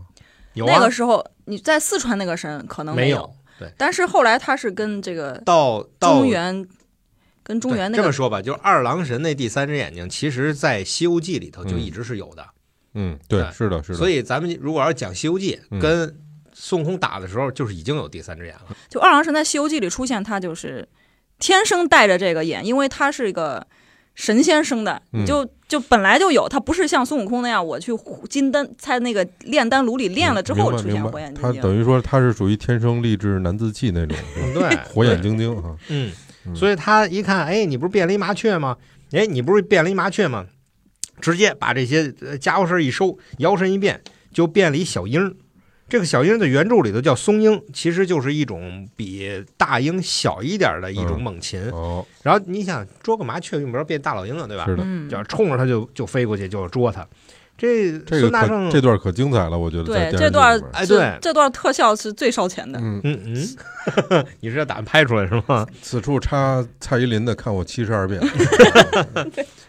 有那啊个时候你在四川那个神可能没有，有？对，但是后来他是跟这个到到中原，跟中原那对这个么说吧，就是二郎神那第三只眼睛，其实在《西游记》里头就一直是有的。嗯，对，对是的，是的。所以 以咱们如果要是讲《西游记》嗯跟孙悟空打的时候，就是已经有第三只眼 了。就二郎神在《西游记》里出现，他就是天生带着这个眼，因为他是一个神仙生的，嗯就就本来就有，他不是像孙悟空那样，我去虎金丹在那个炼丹炉里炼了嗯之后出现火眼他金睛。等于说他是属于天生丽质难自弃那种，是 吧对，火眼金睛啊。嗯嗯，所以他一看，哎，你不是变了一麻雀吗？哎，你不是变了一麻雀吗？直接把这些呃家伙事儿一收，摇身一变就变了一小鹰儿。这个小鹰儿在原著里头叫松鹰，其实就是一种比大鹰小一点儿的一种嗯猛禽。哦，然后你想捉个麻雀，用不着变大老鹰啊，对吧？是的，嗯就，是冲着它就就飞过去，就要捉它。这这个孙大可圣，这段可精彩了，我觉得对在电视这剧段里边哎，这对，这段特效是最烧钱的。嗯，嗯嗯， 你是要打算拍出来是吗？此处插蔡依林的《看我七 十二变》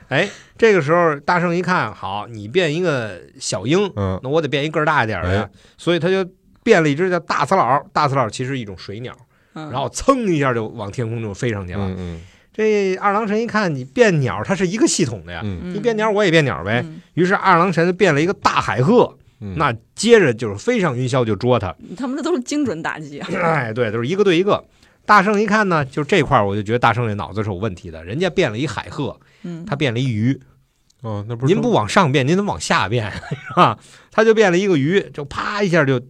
哎， 这个时候大圣一看，好，你变一个小鹰，嗯，那我得变一个儿大一点儿的，所以他就变了一只叫大刺佬。大刺佬其实是一种水鸟，嗯，然后噌一下就往天空中飞上去了。嗯嗯这二郎神一看你变鸟，它是一个系统的呀，嗯你变鸟我也变鸟呗。嗯于是二郎神就变了一个大海鹤，嗯，那接着就是飞上云霄就捉它。嗯他们这都是精准打击啊。哎，对，都是一个对一个。大圣一看呢，就这块儿，我就觉得大圣这脑子是有问题的。人家变了一海鹤，嗯，他变了一鱼，哦，那不是您不往上变，您得往下变， 是吧？他就变了一个鱼，就啪一下就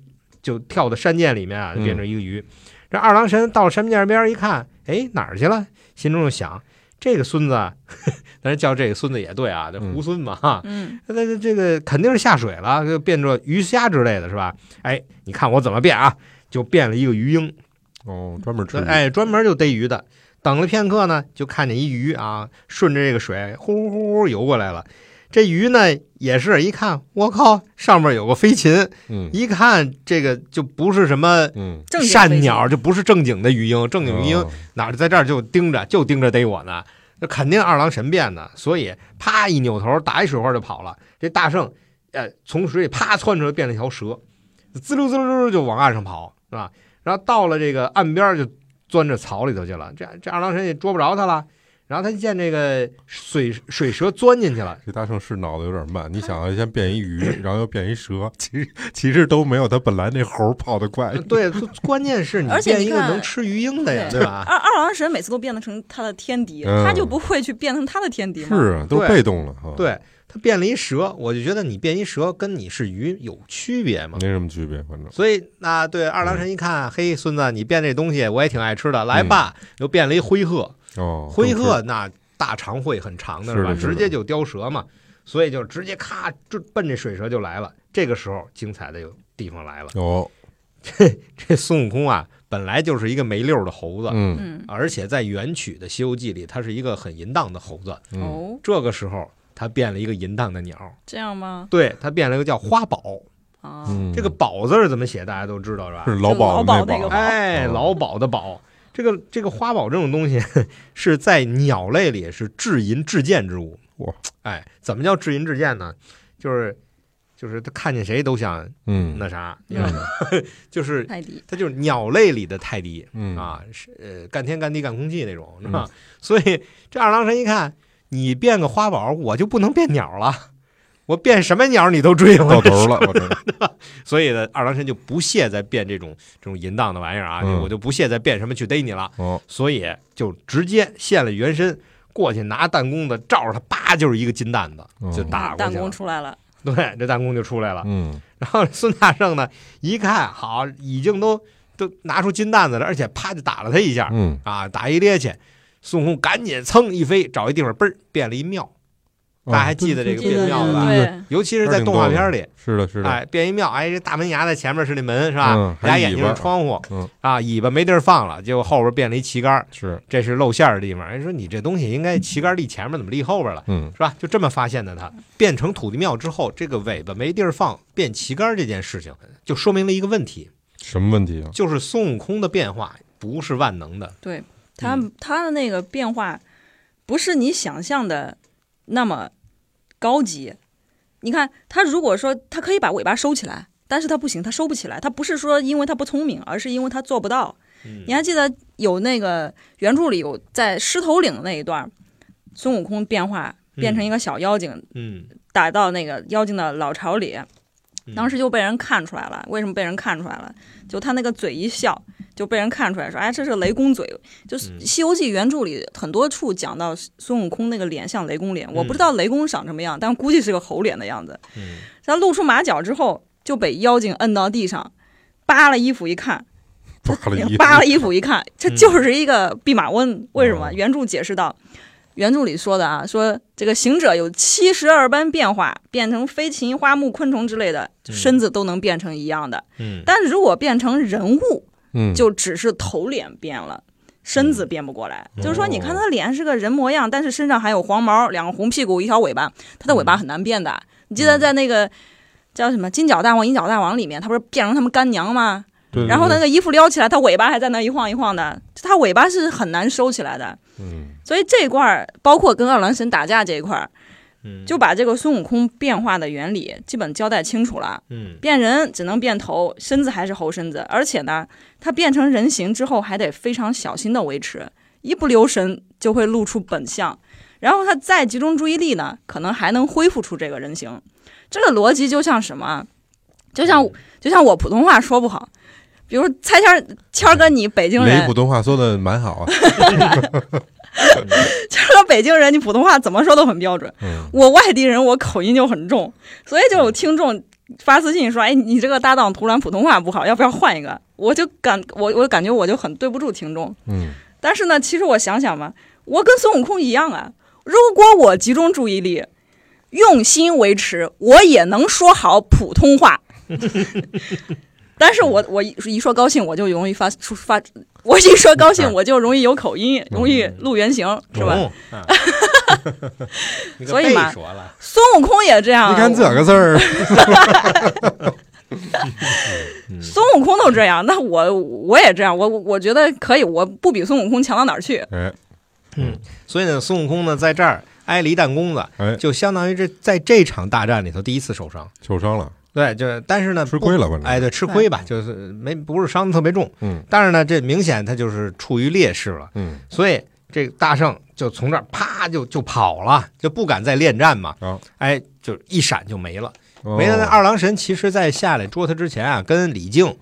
就跳到山涧里面啊，嗯就变成一个鱼。这二郎神到山涧边儿一看，哎，哪儿去了？心中就想，这个孙子 啊，但是叫这个孙子也对啊，这嗯猢狲嘛，哈、 嗯，那这这个肯定是下水了，就变作鱼虾之类的是吧？哎，你看我怎么变啊？就变了一个鱼鹰，哦，专门吃对，哎，专门就逮鱼的。等了片刻呢，就看见一鱼啊，顺着这个水呼呼呼呼游过来了。这鱼呢，也是一看，我靠，上面有个飞禽，嗯一看这个就不是什么嗯，正经善飞机鸟，就不是正经的鱼鹰，正经鱼鹰哦哪在这儿就盯着，就盯着逮我呢？那肯定二郎神变的，所以啪一扭头，打一水花就跑了。这大圣，呃，从水里啪窜出来，变了一条蛇，滋溜滋溜滋溜就往岸上跑，是吧？然后到了这个岸边儿就钻着草里头去了。这这二郎神也捉不着他了。然后他一见这个水水蛇钻进去了，这大圣是脑子有点慢，你想啊，先变一鱼，然后又变一蛇，其实其实都没有他本来那猴跑得快呃。对，关键是你而且变你一个看能吃鱼鹰的呀，对对吧？二二郎神每次都变得成他的天敌，嗯他就不会去变成他的天敌嘛。是啊，都对被动了哈。，对，他变了一蛇，我就觉得你变一蛇跟你是鱼有区别吗没？什么区别，反正所以那对二郎神一看，嘿，孙子，你变这东西我也挺爱吃的，来吧，又变了一灰鹤。嗯哦，灰都是鹤那大长喙很长的是吧？的是的直接就叼蛇嘛，所以就 直接咔就奔这水蛇就来了。这个时候精彩的有地方来了，哦，这孙悟空啊，本来就是一个没溜儿的猴子，嗯嗯，而且在原曲的《西游记》里，他是一个很淫荡的猴子。嗯哦，这个时候，他变了一个淫荡的鸟，这样吗？对他变了一个叫花宝。啊，嗯，这个“宝”字儿怎么写？大家都知道是吧？是老鸨老鸨那那个鸨哎，嗯老鸨的鸨，这个这个花宝这种东西 是在鸟类里是至淫至贱之物。哇，哎，怎么叫至淫至贱呢？就是就是他看见谁都想嗯那啥，嗯就是泰迪，他就是鸟类里的泰迪嗯，啊，是呃干天干地干空气那种，是吧？所以这二郎神一看你变个花宝，我就不能变鸟了。我变什么鸟你都追我嗯到，头了，我这 所以呢，二郎神就不屑再变这种这种淫荡的玩意儿啊，嗯我就不屑再变什么去逮你了。哦，所以就直接现了原身，过去拿弹弓子照着他，叭就是一个金蛋子嗯就打过弹去了。弓出来了，对，这弹弓就出来了。嗯然后孙大圣呢，一看好，已经都都拿出金蛋子了，而且啪就打了他一下嗯，啊，打一趔趄。孙悟空赶紧噌一飞，找一地方嘣儿变了一庙，大家还记得这个记变得庙的吧？嗯对，尤其是在动画片里，是的，是的，哎，变一庙，哎，这大门牙在前面是那门是吧？嗯还俩有眼睛尾是巴窗户，嗯啊，尾巴没地儿放了，结果后边变了一旗杆儿，是，这是露馅儿的地方。人说你这东西应该旗杆立前面，怎么立后边了？嗯是吧？就这么发现的它。变成土地庙之后，这个尾巴没地儿放，变旗杆这件事情，就说明了一个问题，什么问题 啊？就是孙悟空的变化不是万能的。嗯对他他的那个变化，不是你想象的那么高级。你看他如果说他可以把尾巴收起来，但是他不行，他收不起来。他不是说因为他不聪明，而是因为他做不到。嗯你还记得有那个原著里有在狮头岭的那一段，孙悟空变化变成一个小妖精，嗯，打到那个妖精的老巢里，嗯当时就被人看出来了。为什么被人看出来了？就他那个嘴一笑，就被人看出来说：“哎，这是雷公嘴。”就是嗯《西游记》原著里很多处讲到孙悟空那个脸像雷公脸，我嗯不知道雷公长什么样，但估计是个猴脸的样子。嗯他露出马脚之后，就被妖精摁到地上，扒了衣服一看，扒了 一扒了衣服一看，这嗯就是一个弼马温。为什么哦？原著解释到，原著里说的啊，说这个行者有七十二般变化，变成飞禽、花木、昆虫之类的，嗯身子都能变成一样的。嗯，但如果变成人物，嗯，就只是头脸变了。身子变不过来，嗯就是说，你哦看他的脸是个人模样，但是身上还有黄毛、两个红屁股、一条尾巴，他的尾巴很难变的。你记得在那个叫什么《金角大王》《银角大王》里面，他不是变成他们干娘吗？对然后那，个衣服撩起来，它尾巴还在那一晃一晃的，它尾巴是很难收起来的。对对嗯，所以这一块儿，包括跟二郎神打架这一块儿，嗯就把这个孙悟空变化的原理基本交代清楚了。嗯变人只能变头，身子还是猴身子，而且呢，它变成人形之后还得非常小心的维持，一不留神就会露出本相。然后他再集中注意力呢，可能还能恢复出这个人形。这个逻辑就像什么啊？就像就像我普通话说不好，比如拆迁儿谦儿哥你北京雷人普，通话说的蛮好啊，谦儿哥北京人，你普通话怎么说都很标准。嗯，我外地人，我口音就很重，所以就有听众发私信说：“哎，你这个搭档突然普通话不好，要不要换一个？”我就感我我感觉我就很对不住听众。嗯， 但是呢，其实我想想嘛，我跟孙悟空一样啊，如果我集中注意力。用心维持，我也能说好普通话。 但是我我一一说高兴，我就容易发出发，我一说高兴，我就容易有口音，容易露原形，是吧？懂？啊 你可所以背嘛说了，孙悟空也这样啊，你看这个事儿，孙悟空都这样，那我我也这样，我我觉得可以，我不比孙悟空强到哪儿去。哎所以呢，孙悟空呢在这儿挨了一弹弓子，哎，就相当于这在这场大战里头第一次受伤。受伤了，对，就是但是呢，吃亏了吧？哎，，对，吃亏吧，就是没不是伤的特别重，嗯，但是呢，这明显他就是处于劣势了，嗯，所以这个大圣就从这儿啪就就跑了，就不敢再恋战嘛，啊哎，就一闪就没了，哦没了。那二郎神其实在下来捉他之前啊，跟李靖，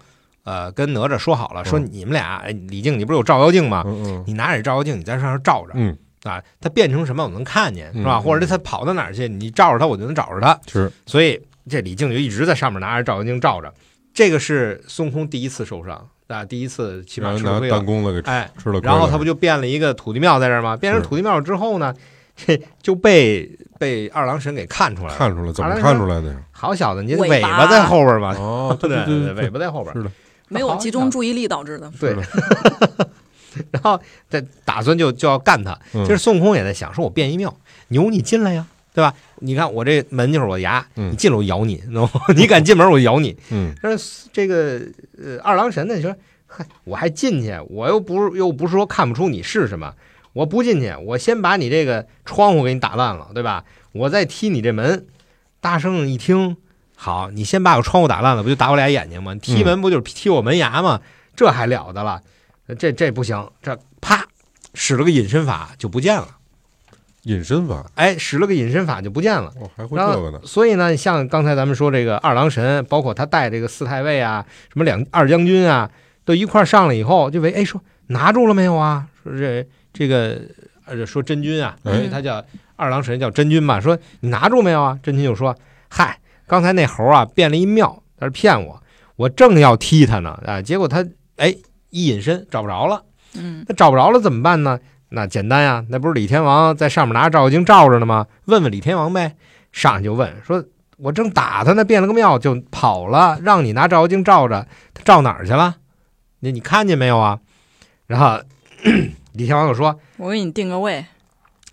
呃，跟哪吒说好了，说嗯你们俩，哎，李靖你不是有照妖镜吗？嗯你拿着照妖镜，你在上面照着。嗯嗯，啊，他变成什么我能看见，是吧？嗯或者他跑到哪儿去，你照着他，我就能找着他。是，所以这李靖就一直在上面拿着照妖镜照着。这个是孙悟空第一次受伤啊，第一次起然码后吃拿亏弹了。弓子给哎，吃了亏了，然后他不就变了一个土地庙在这儿吗？变成是土地庙之后呢，这就被被二郎神给看出来了。看出来，怎么二郎神看出来的呀？好小子，你尾巴在后边吧？哦，对对尾巴在后边。是的，没有集中注意力导致的。对是的，然后这打算就就要干他。嗯其实孙悟空也在想，说我变一妙，牛你进来呀，对吧？你看我这门就是我牙，嗯你进来我咬你，你知道吗？ 你敢进门我咬你。嗯但是这个呃二郎神呢，就说，嗨，我还进去，我又不是又不是说看不出你是什么，我不进去，我先把你这个窗户给你打烂了，对吧？我再踢你这门。大圣一听，好，你先把我窗户打烂了，不就打我俩眼睛吗？踢门不就是踢我门牙吗？这还了得了？这这不行，这啪使了个隐身法就不见了，隐身法，哎，使了个隐身法就不见了。我、还会然这后个呢。所以呢，像刚才咱们说这个二郎神，包括他带这个四太尉啊，什么两二将军啊，都一块儿上了以后，就为哎说拿住了没有啊？说这这个呃说真君啊，哎因为他叫二郎神叫真君嘛，说你拿住没有啊？真君就说嗨，刚才那猴啊变了一妙，他是骗我，我正要踢他呢啊，结果他哎一隐身找不着了。嗯，那找不着了怎么办呢？那简单呀，那不是李天王在上面拿照妖镜照着呢吗？问问李天王呗。上去就问说：“我正打他呢，变了个庙就跑了，让你拿照妖镜照着，他照哪儿去了？你你看见没有啊？”然后 咳咳李天王就说我给你定个位，：“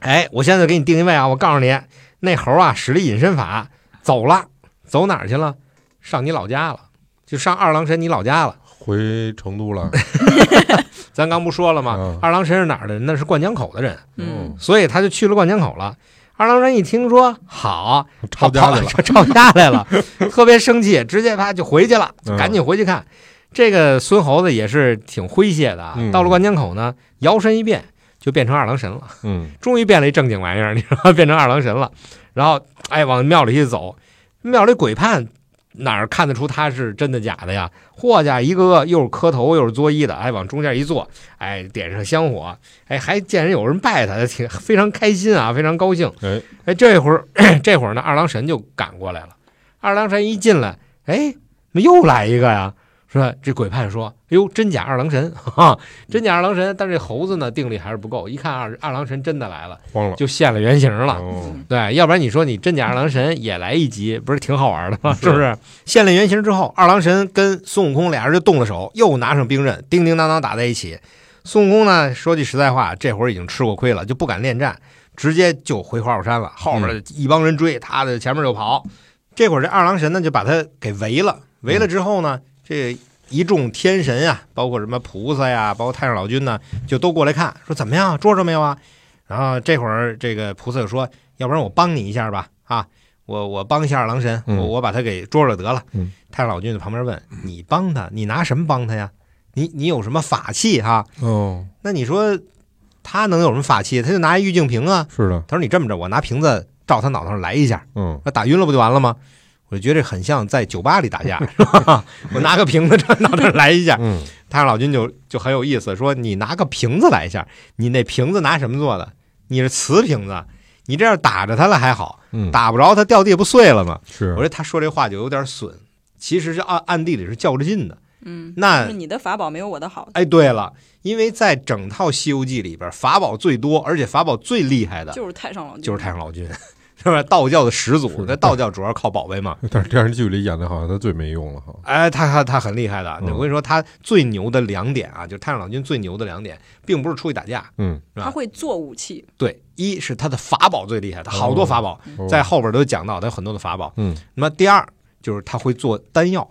哎，我现在给你定一位啊，我告诉你，那猴啊使了隐身法走了，走哪儿去了？上你老家了，就上二郎神你老家了。回成都了，咱刚不说了吗？嗯二郎神是哪儿的人呢？是灌江口的人。哦嗯，所以他就去了灌江口了。二郎神一听说好，抄家 去了，吵吵架来 了，特别生气，直接啪就回去了，嗯赶紧回去看。这个孙猴子也是挺诙谐的啊，嗯到了灌江口呢，摇身一变就变成二郎神了，嗯，终于变了一正经玩意儿， 你知道吗，变成二郎神了。然后哎，往庙里一走，庙里鬼判哪儿看得出他是真的假的呀？霍家一个个又是磕头又是作揖的，哎，往中间一坐，哎，点上香火，哎，还见人有人拜他，挺非常开心啊，非常高兴。哎，哎，这会儿 这会儿呢，二郎神就赶过来了。二郎神一进来，哎，怎么又来一个呀？说这鬼判说，哎呦，真假二郎神， 哈哈，真假二郎神。但是这猴子呢，定力还是不够，一看二二郎神真的来了，慌了，就现了原形了。嗯哦，对，要不然你说你真假二郎神也来一集，不是挺好玩的吗？嗯是不是？现了原形之后，二郎神跟孙悟空俩人就动了手，又拿上兵刃，叮叮当当打在一起。孙悟空呢，说句实在话，这会儿已经吃过亏了，就不敢恋战，直接就回花果山了。后面一帮人追，他的前面就跑。这会儿这二郎神呢，就把他给围了。围了之后呢，这一众天神啊，包括什么菩萨呀、包括太上老君呢，就都过来看，说怎么样，捉着没有啊？然后这会儿这个菩萨就说，要不然我帮你一下吧，啊，我我帮一下二郎神，我嗯我把他给捉了得了。嗯太上老君在旁边问，你帮他，你拿什么帮他呀？你你有什么法器哈、哦，那你说他能有什么法器？他就拿一玉净瓶啊。是的，他说你这么着，我拿瓶子照他脑袋上来一下，嗯，那打晕了不就完了吗？我就觉得很像在酒吧里打架， 是吧？我拿个瓶子照脑袋上来一下，嗯，太上老君就就很有意思，说你拿个瓶子来一下，你那瓶子拿什么做的？你是瓷瓶子，你这样打着它了还好，嗯，打不着它掉地不碎了吗？是啊我，说他说这话就有点损，其实是暗暗地里是较着劲的。嗯，那就是你的法宝没有我的好，哎，对了，因为在整套《西游记》里边，法宝最多，而且法宝最厉害的就是太上老君，就是太上老君， 是吧？道教的始祖是，那道教主要靠宝贝嘛。 但是电视剧里演的好像他最没用了哈，哎，他他他很厉害的，嗯我跟你说，他最牛的两点啊，就是太上老君最牛的两点，并不是出去打架，嗯，是吧他会做武器，对，一是他的法宝最厉害，他好多法宝、哦在，后边都讲到，他有很多的法宝。嗯，那么第二就是他会做丹药，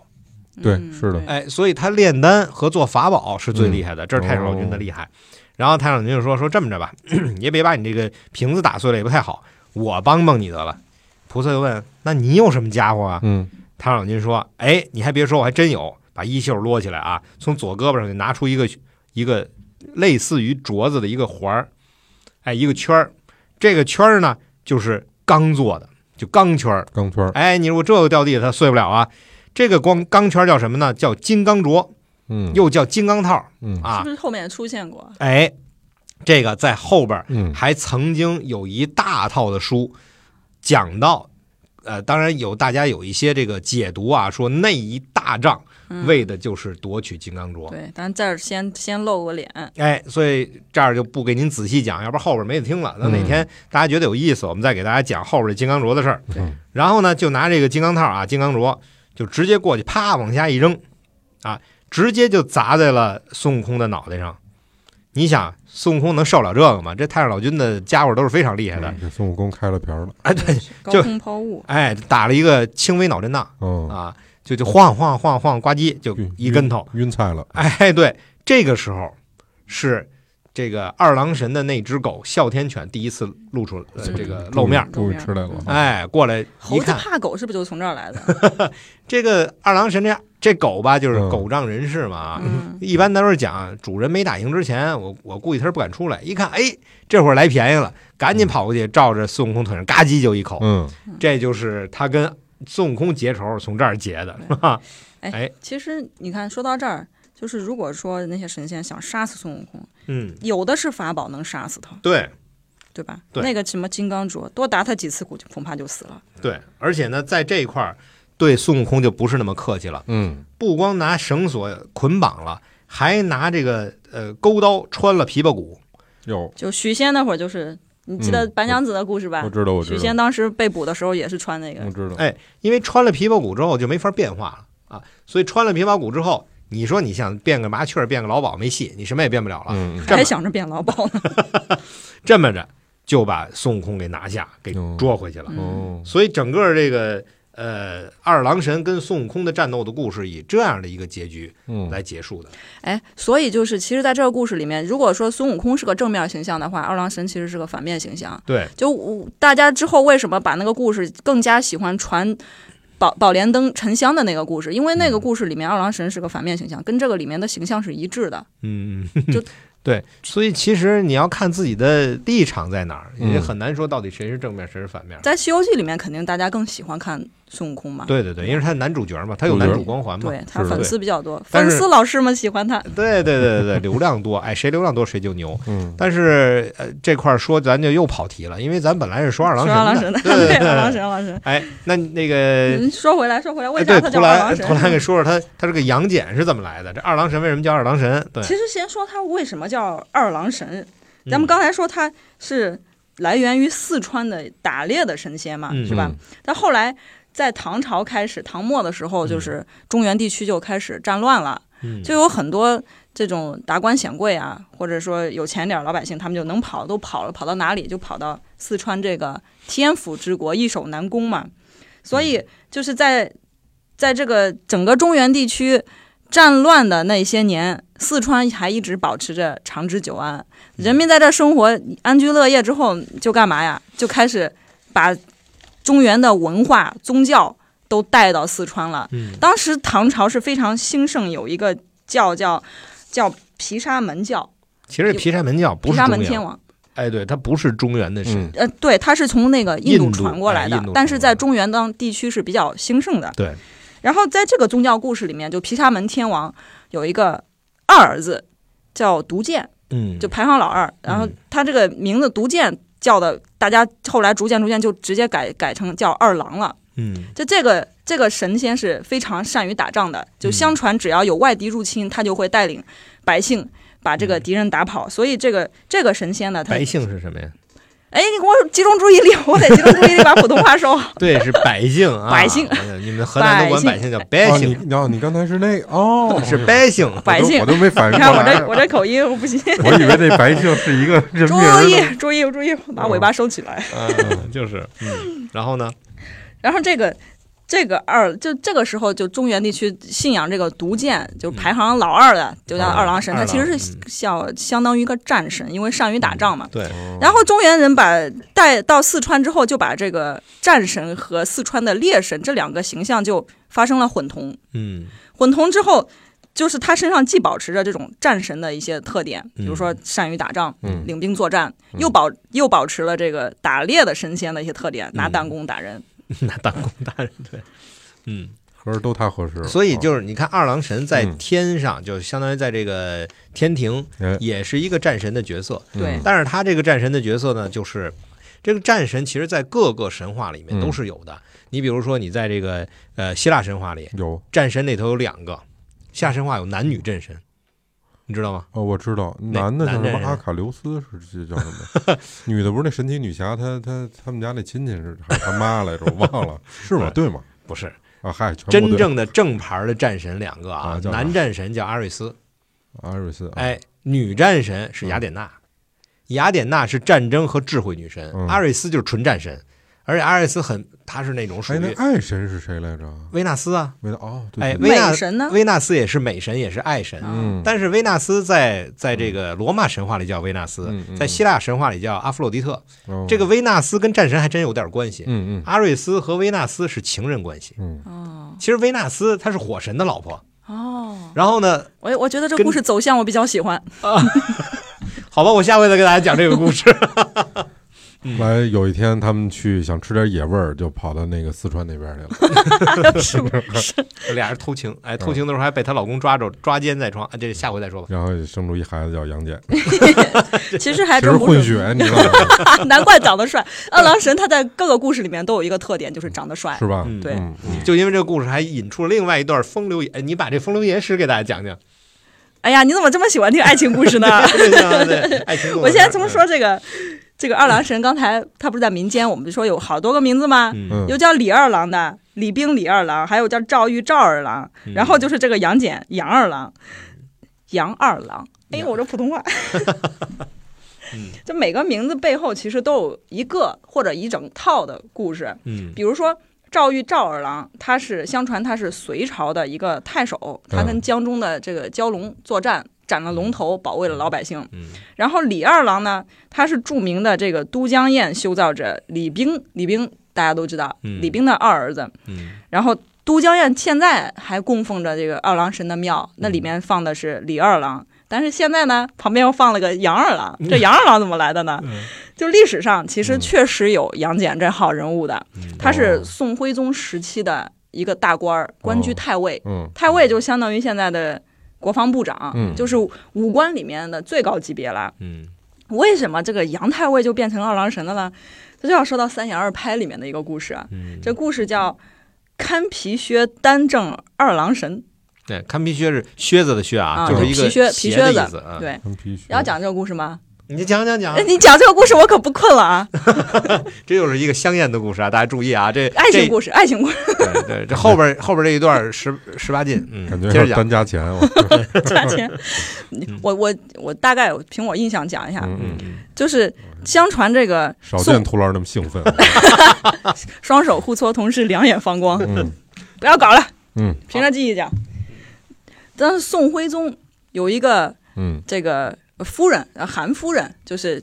对嗯是的对哎，所以他炼丹和做法宝是嗯最厉害的，这是太上老哦君的厉害。然后太上老君就说：“说这么着吧， 你也别把你这个瓶子打碎了，也不太好，我帮帮你得了。”菩萨就问：“那你有什么家伙啊嗯，？”太上老君说：“哎，你还别说，我还真有。”把衣袖摞起来啊，从左胳膊上就拿出一个一个类似于镯子的一个环儿，哎，一个圈儿。这个圈儿呢，就是钢做的，就钢圈儿。钢圈儿，哎，你如果这个掉地下，它碎不了啊。这个光钢圈叫什么呢？叫金刚镯。嗯，又叫金刚套嗯，是啊不。是后面也出现过？哎，这个在后边嗯，还曾经有一大套的书讲到，呃，当然有大家有一些这个解读啊，说那一大仗嗯为的就是夺取金刚镯。对，咱这儿先先露个脸，哎，所以这儿就不给您仔细讲，要不然后边没得听了。等哪天大家觉得有意思，我们再给大家讲后边这金刚镯的事儿。对然后呢，就拿这个金刚套啊，金刚镯就直接过去，啪往下一扔，啊，直接就砸在了孙悟空的脑袋上。你想，孙悟空能受了这个吗？这太上老君的家伙都是非常厉害的。给孙悟空开了瓢了，哎，对，高就空抛物，哎，打了一个轻微脑震荡嗯，啊，就就晃晃晃晃，呱唧就晕一跟头。晕菜了，哎，对，这个时候是这个二郎神的那只狗哮天犬第一次露出呃这个露面儿，终于吃来了，，哎，过来一猴子看，怕狗是不是就从这儿来的？这个二郎神这这狗吧，就是嗯狗仗人势嘛啊。嗯，一般都是讲主人没打赢之前，我我估计它是不敢出来。一看，哎，这会儿来便宜了，赶紧跑过去，照着孙悟空腿上嘎叽就一口。嗯，这就是他跟孙悟空结仇从这儿结的，是吧？其实你看，说到这儿，就是如果说那些神仙想杀死孙悟空，嗯，有的是法宝能杀死他，对对吧？对那个什么金刚镯，多打他几次恐恐怕就死了。对，而且呢，在这一块儿对孙悟空就不是那么客气了，嗯，不光拿绳索捆绑了，还拿这个呃钩刀穿了琵琶骨。有，就许仙那会儿就是，你记得嗯白娘子的故事吧？我知道，我许知仙道，当啊时被捕的时候也是穿那个我，知道，哎因为穿了琵琶骨之后就没法变化了啊，所以穿了琵琶骨之后，你说你想变个麻雀儿、变个老鸨没戏，你什么也变不了了。嗯，这么还想着变老鸨呢。这么着就把孙悟空给拿下，给嗯捉回去了。嗯哦，所以整个这个呃二郎神跟孙悟空的战斗的故事，以这样的一个结局嗯，来结束的。 哎，所以就是，其实在这个故事里面，如果说孙悟空是个正面形象的话，二郎神其实是个反面形象。对，就我大家之后为什么把那个故事更加喜欢传宝 宝莲灯沉香的那个故事？因为那个故事里面二郎神是个反面形象，跟这个里面的形象是一致的。嗯，就 对，所以其实你要看自己的立场在哪儿，嗯也很难说到底谁是正面，谁是反面。在《西游记》里面，肯定大家更喜欢看孙悟空嘛，对对对，因为他男主角嘛，他有主角男主光环嘛。对他是的粉丝比较多，但粉是丝老师们喜欢他。对对对对对，流量多，哎，谁流量多谁就牛。嗯，但是呃，这块儿说咱就又跑题了，因为咱本来是说二郎说二郎神神 的，的，对对二郎对。神，二郎神。哎，那那个嗯，说回来，说回来，为哎，啥对，他图叫二郎兰，神图？兰给说说他他这个杨戬是怎么来的？这二郎神为什么叫二郎神？对，其实先说他为什么叫二郎神，咱们嗯刚才说他是来源于四川的打猎的神仙嘛，嗯是吧？但后来在唐朝开始，唐末的时候，就是中原地区就开始战乱了，嗯就有很多这种达官显贵啊，或者说有钱点儿老百姓，他们就能跑，都跑了，跑到哪里就跑到四川这个天府之国，易守难攻嘛。所嗯以就是在在这个整个中原地区战乱的那些年，四川还一直保持着长治久嗯安，人民在这生活安居乐业之后，就干嘛呀？就开始把中原的文化、宗教都带到四川了。嗯当时唐朝是非常兴盛，有一个教叫叫毗沙门教，其实毗沙门教不毗是沙中门天原，王。哎，对，他不是中原的神嗯，呃，对，它是从那个印印度度传过来哎的，印度但是传过来在中原当地区是比较兴盛的。对，然后在这个宗教故事里面，就毗沙门天王有一个二儿子叫毒箭，嗯，就排行老二。然后他这个名字毒箭叫的，大家后来逐渐逐渐就直接改改成叫二郎了。嗯就这个这个神仙是非常善于打仗的，嗯就相传只要有外敌入侵，他就会带领百姓把这个嗯敌人打跑。所以这个这个 神仙呢，他百姓是什么呀？哎，你给我集中注意力，我得集中注意力把普通话说 好。对，是百姓啊，百姓哎呀你们河南都管百百姓叫百你姓，哦，你刚才是那 哦，是百姓，百姓我都没反你应看过我来这，我这口音，我不行。我以为那白姓是一个人注名儿呢意，注意，注意，把尾巴收起来。哦嗯就是，嗯，然后呢，然后这个这个二，就这个时候就中原地区信仰这个毒箭，就排行老二的，就叫二郎神。二郎他其实是嗯像相当于一个战神，因为善于打仗嘛。对，哦然后中原人把带到四川之后，就把这个战神和四川的猎神这两个形象就发生了混同。嗯混同之后，就是他身上既保持着这种战神的一些特点，比如说善于打仗、嗯领兵作战，又保又保持了这个打猎的神仙的一些特点，嗯拿弹弓打人。那当公大人对，嗯。合着都太合适了，哦所以就是你看，二郎神在嗯天上，就相当于在这个天庭哎，嗯也是一个战神的角色。对但是他这个战神的角色呢，就是这个战神，其实在各个神话里面嗯都是有的。你比如说，你在这个呃希腊神话里，有战神里头有两个，希腊神话有男女战神，你知道吗？哦，我知道，哪男的叫男的什么是阿卡琉斯是这叫什么？ 女的不是那神 哎奇女侠，她她他们家那亲戚是还是他妈来着，我忘了，是吗？对吗？不是，啊，嗨，全部真对正的正牌的战神两个啊啊，叫啥男战神叫阿瑞斯，阿瑞斯，啊，哎，女战神是雅典娜，雅典娜是战争和智慧女神，嗯阿瑞斯就是纯战神，而且阿瑞斯很，她是那种属哎，那于爱神是谁来着？维纳斯啊，没得哦，对，哎，对维纳美啊神呢维纳斯也是美神，也是爱神。啊嗯，但是维纳斯在在这个罗马神话里叫维纳斯，嗯嗯在希腊神话里叫阿弗洛狄特。哦这个，维纳斯跟战神还真有点关系。嗯嗯阿瑞斯和维纳斯是情人关系。嗯，哦其实维纳斯她是火神的老婆，哦，然后呢，我我觉得这跟故事走向我比较喜 欢。 好吧，我下回再给大家讲这个 故事。嗯后来有一天他们去想吃点野味儿，就跑到那个四川那边去 了。俩人偷情，嗯哎，偷情的时候还被她老公抓着，抓奸在床。啊，这下回再说吧。然后生出一孩子叫杨戬，其实还其实 真不混是，血，你知道 吗？难怪长得帅。二郎神他在各个故事里面都有一个特点，就是长得帅。是吧？嗯对嗯嗯就因为这个故事，还引出了另外一段风流野。哎，你把这风流野史给大家讲讲。哎呀，你怎么这么喜欢听爱情故事 呢？ 对啊对 对，爱情故事啊我先从说这个，这个二郎神，刚才他不是在民间，我们就说有好多个名字吗？嗯嗯，有叫李二郎的，李冰李二郎，还有叫赵玉赵二郎，嗯然后就是这个杨戬杨二郎，杨二郎。哎呦，杨我这普通话 嗯，就每个名字背后其实都有一个或者一整套的故事。嗯比如说赵玉赵二郎，他是相传他是隋朝的一个太守，他跟嗯江中的这个蛟龙作战，斩了龙头，保卫了老百姓。嗯然后李二郎呢，他是著名的这个都江堰修造者李冰，李冰大家都知道，嗯李冰的二儿子。嗯然后都江堰现在还供奉着这个二郎神的庙，那里嗯面放的是李二郎，但是现在呢，旁边又放了个杨二郎，这杨二郎怎么来的呢？嗯就历史上其实确实有杨戬这号人物的，嗯他是宋徽宗时期的一个大官哦儿，官居太尉，嗯太尉就相当于现在的国防部长，嗯就是武官里面的最高级别了。嗯为什么这个杨太尉就变成二郎神了呢？这就要说到《三言二拍》里面的一个故事啊，嗯，这故事叫“堪皮靴单正二郎神对，看皮靴是靴子的靴啊，啊就是一个皮鞋的靴皮靴子意思”。啊。对，嗯，必须要讲这个故事吗？你讲讲讲嗯啊哎，，你讲这个故事我可不困了 啊！这又是一个香艳的故事啊，大家注意啊，这爱情事，故事，爱情故事，对对，这后边后边这一段十十八禁，嗯，感觉接着要讲，单加钱， 我价 钱。你嗯我我我大概凭我印象讲一下，嗯嗯，嗯就是相传这个少见宋秃老那么兴奋。啊双手互搓，同时两眼放光。嗯不要搞了，嗯凭着记忆讲。但是宋徽宗有一个嗯这个夫人，呃韩夫人，就是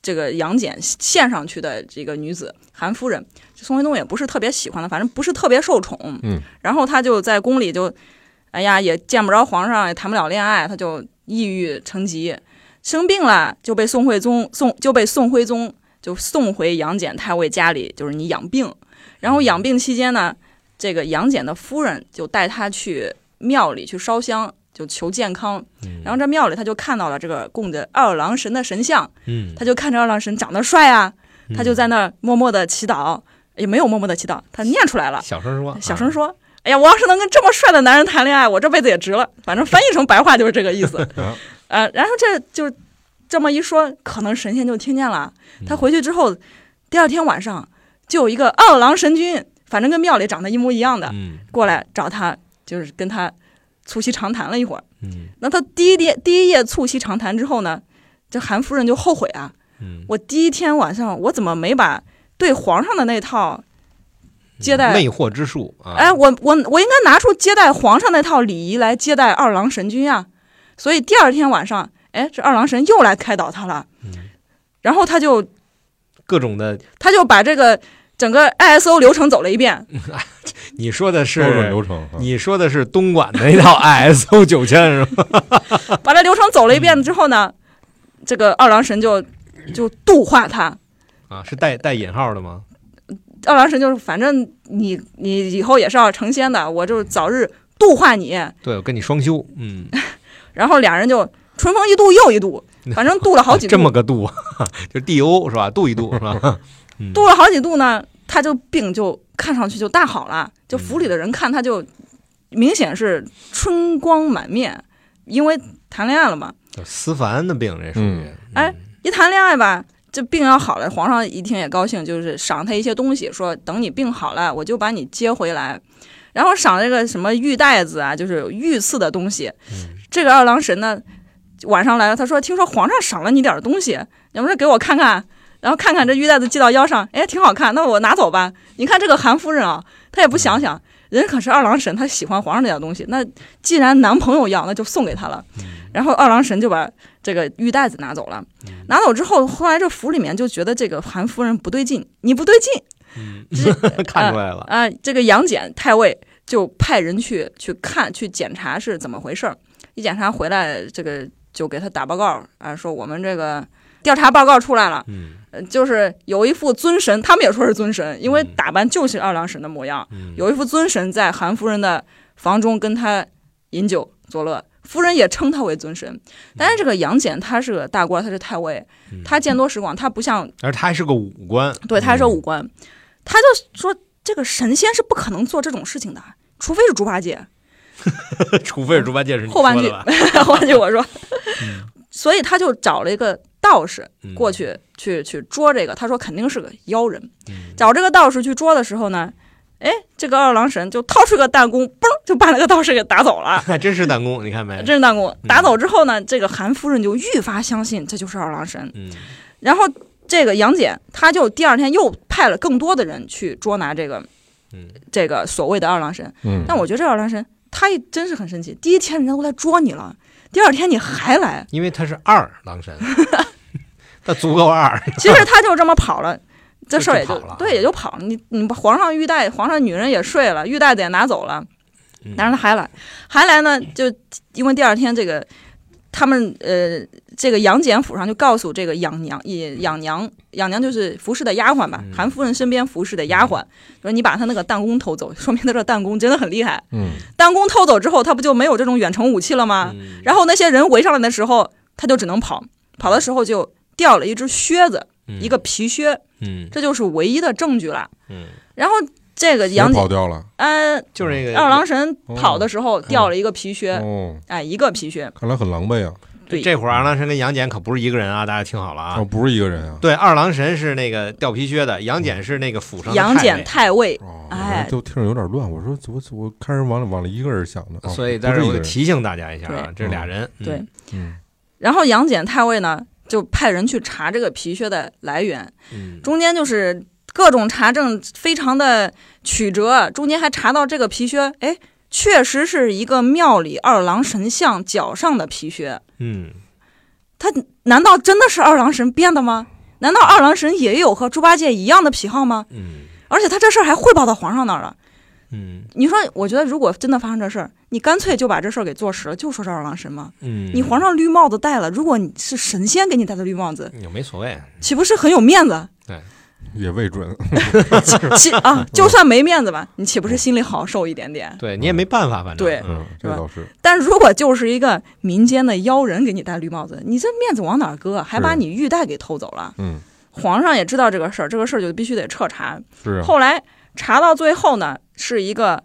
这个杨戬献上去的这个女子韩夫人，宋徽宗也不是特别喜欢她，反正不是特别受宠。嗯，然后他就在宫里就，哎呀，也见不着皇上，也谈不了恋爱，他就抑郁成疾，生病了就被宋徽宗送就被宋徽宗就送回杨戬太尉家里，就是你养病。然后嗯养病期间呢，这个杨戬的夫人就带他去庙里去烧香，就求健康。嗯然后这庙里他就看到了这个供着二郎神的神像，嗯，他就看着二郎神长得帅啊，他就在那儿默默的祈祷，也没有默默的祈祷，他念出来了，小声说，啊小声说。哎呀，我要是能跟这么帅的男人谈恋爱，我这辈子也值了。反正翻译成白话就是这个意思啊。呃，然后这就这么一说，可能神仙就听见了。他回去之后，第二天晚上就有一个二郎神君，反正跟庙里长得一模一样的，嗯过来找他，就是跟他促膝长谈了一会儿。嗯那他第一天第一夜促膝长谈之后呢，这韩夫人就后悔啊，嗯，我第一天晚上我怎么没把对皇上的那套接嗯待？魅惑之术啊，哎，我我我应该拿出接待皇上那套礼仪来接待二郎神君啊！所以第二天晚上，哎，这二郎神又来开导他了，嗯然后他就各种的，他就把这个整个 ISO 流程走了一 遍，你说的是标准流程啊，你说的是东莞的那套 ISO 九千是吧？把这流程走了一遍之后呢，这个二郎神就就度化他，啊，是带带引号的吗？二郎神就是，反正你你以后也是要成仙的，我就是早日度化你。对，我跟你双休，嗯，然后俩人就春风一度又一度，反正度了好几度，啊 这么个度，就是 DO 是吧？度一度是 吧？嗯度了好几度呢，他就病就看上去就大好了，就府里的人看他就明显是春光满面，因为谈恋爱了嘛，就思凡的病这属于嗯，哎一谈恋爱吧。这病要好了，皇上一听也高兴，就是赏他一些东西，说等你病好了，我就把你接回来。然后赏这个什么玉带子啊，就是有御赐的东西。这个二郎神呢，晚上来了，他说：“听说皇上赏了你点儿东西，你要不是给我看看？”然后看看这玉带子系到腰上，哎，挺好看，那我拿走吧。你看这个韩夫人啊，她也不想想，人可是二郎神，她喜欢皇上这点东西。那既然男朋友要，那就送给她了。然后二郎神就把这个玉带子拿走了。拿走之后，后来这府里面就觉得这个韩夫人不对劲，你不对 劲，看出来了，啊，这个杨戬太尉就派人去去看去检查是怎么回事儿。一检查回来，这个就给他打报告啊，说我们这个调查报告出来了，嗯呃就是有一副尊神，他们也说是尊神，因为打扮就是二郎神的模样，嗯有一副尊神在韩夫人的房中跟他饮酒作乐。夫人也称他为尊神，但嗯是这个杨戬他是个大官，他是太尉，他见多识广，他不像而他还是个武官，对，他还嗯说五官，他就说这个神仙是不可能做这种事情的，除非是猪八戒。除非是猪八戒是你后半说句的 吧，后半句我说，所以他就找了一个道士嗯过去、去去捉这个，他说肯定是个妖人。嗯找这个道士去捉的时候呢，哎，这个二郎神就掏出个弹弓，嘣就把那个道士给打走了。 还真是弹弓，你看没？真是弹嗯弓打走之后呢，这个韩夫人就愈发相信这就是二郎神。嗯然后这个杨戬他就第二天又派了更多的人去捉拿这个嗯这个所谓的二郎神。嗯，但我觉得这二郎神他也真是很神奇，第一天人家都来捉你了，第二天你还 来，因为他是二郎 神，他足够二，其实他就这么跑了。这事儿 也就就跑了对，也就跑了。你你把皇上玉带，皇上女人也睡了，玉带子也拿走了，嗯 但是他还来，还来呢，就因为第二天这个他们呃，这个杨戬府上就告诉这个养娘，也养娘，养娘就是服侍的丫鬟吧嗯，韩夫人身边服侍的丫鬟，说你把他那个弹弓偷走，说明他这弹弓真的很厉害。嗯弹弓偷走之后，他不就没有这种远程武器了吗？嗯然后那些人围上来的时候，他就只能跑，跑的时候就掉了一只靴子，一个皮靴，嗯这就是唯一的证据了。嗯，然后这个也杨跑掉了。呃就是那个二郎神跑的时候掉了一个皮靴，哦，哎，一个皮靴，看来很狼狈啊。对这会儿二郎神跟杨戬可不是一个人啊，大家听好了啊，啊。不是一个人啊。对，二郎神是那个掉皮靴的，杨戬是那个府上的杨太尉戬太尉。哦，哎都听着有点乱。我说我我开始往往里一个人想的，哦所以不在这是儿一我个就人提醒大家一下啊，这是俩人。嗯对，嗯然后杨戬太尉呢，就派人去查这个皮靴的来源，嗯，中间就是各种查证，非常的曲折，中间还查到这个皮靴，哎，确实是一个庙里二郎神像脚上的皮靴，嗯，难道真的是二郎神变的吗？难道二郎神也有和猪八戒一样的癖好吗？嗯，而且他这事儿还汇报到皇上那儿了。嗯，你说，我觉得如果真的发生这事儿，你干脆就把这事儿给坐实了，就说是二郎神嘛。嗯，你皇上绿帽子戴了，如果你是神仙给你戴的绿帽子，也没所谓，岂不是很有面子？也未准。岂啊，就算没面子吧，你岂不是心里好受一点点？对你也没办法，反正对嗯嗯，这吧倒是。但如果就是一个民间的妖人给你戴绿帽子，你这面子往哪儿搁？啊还把是你玉带给偷走了。嗯，皇上也知道这个事儿，这个事儿就必须得彻查。是啊。后来查到最后呢，是一个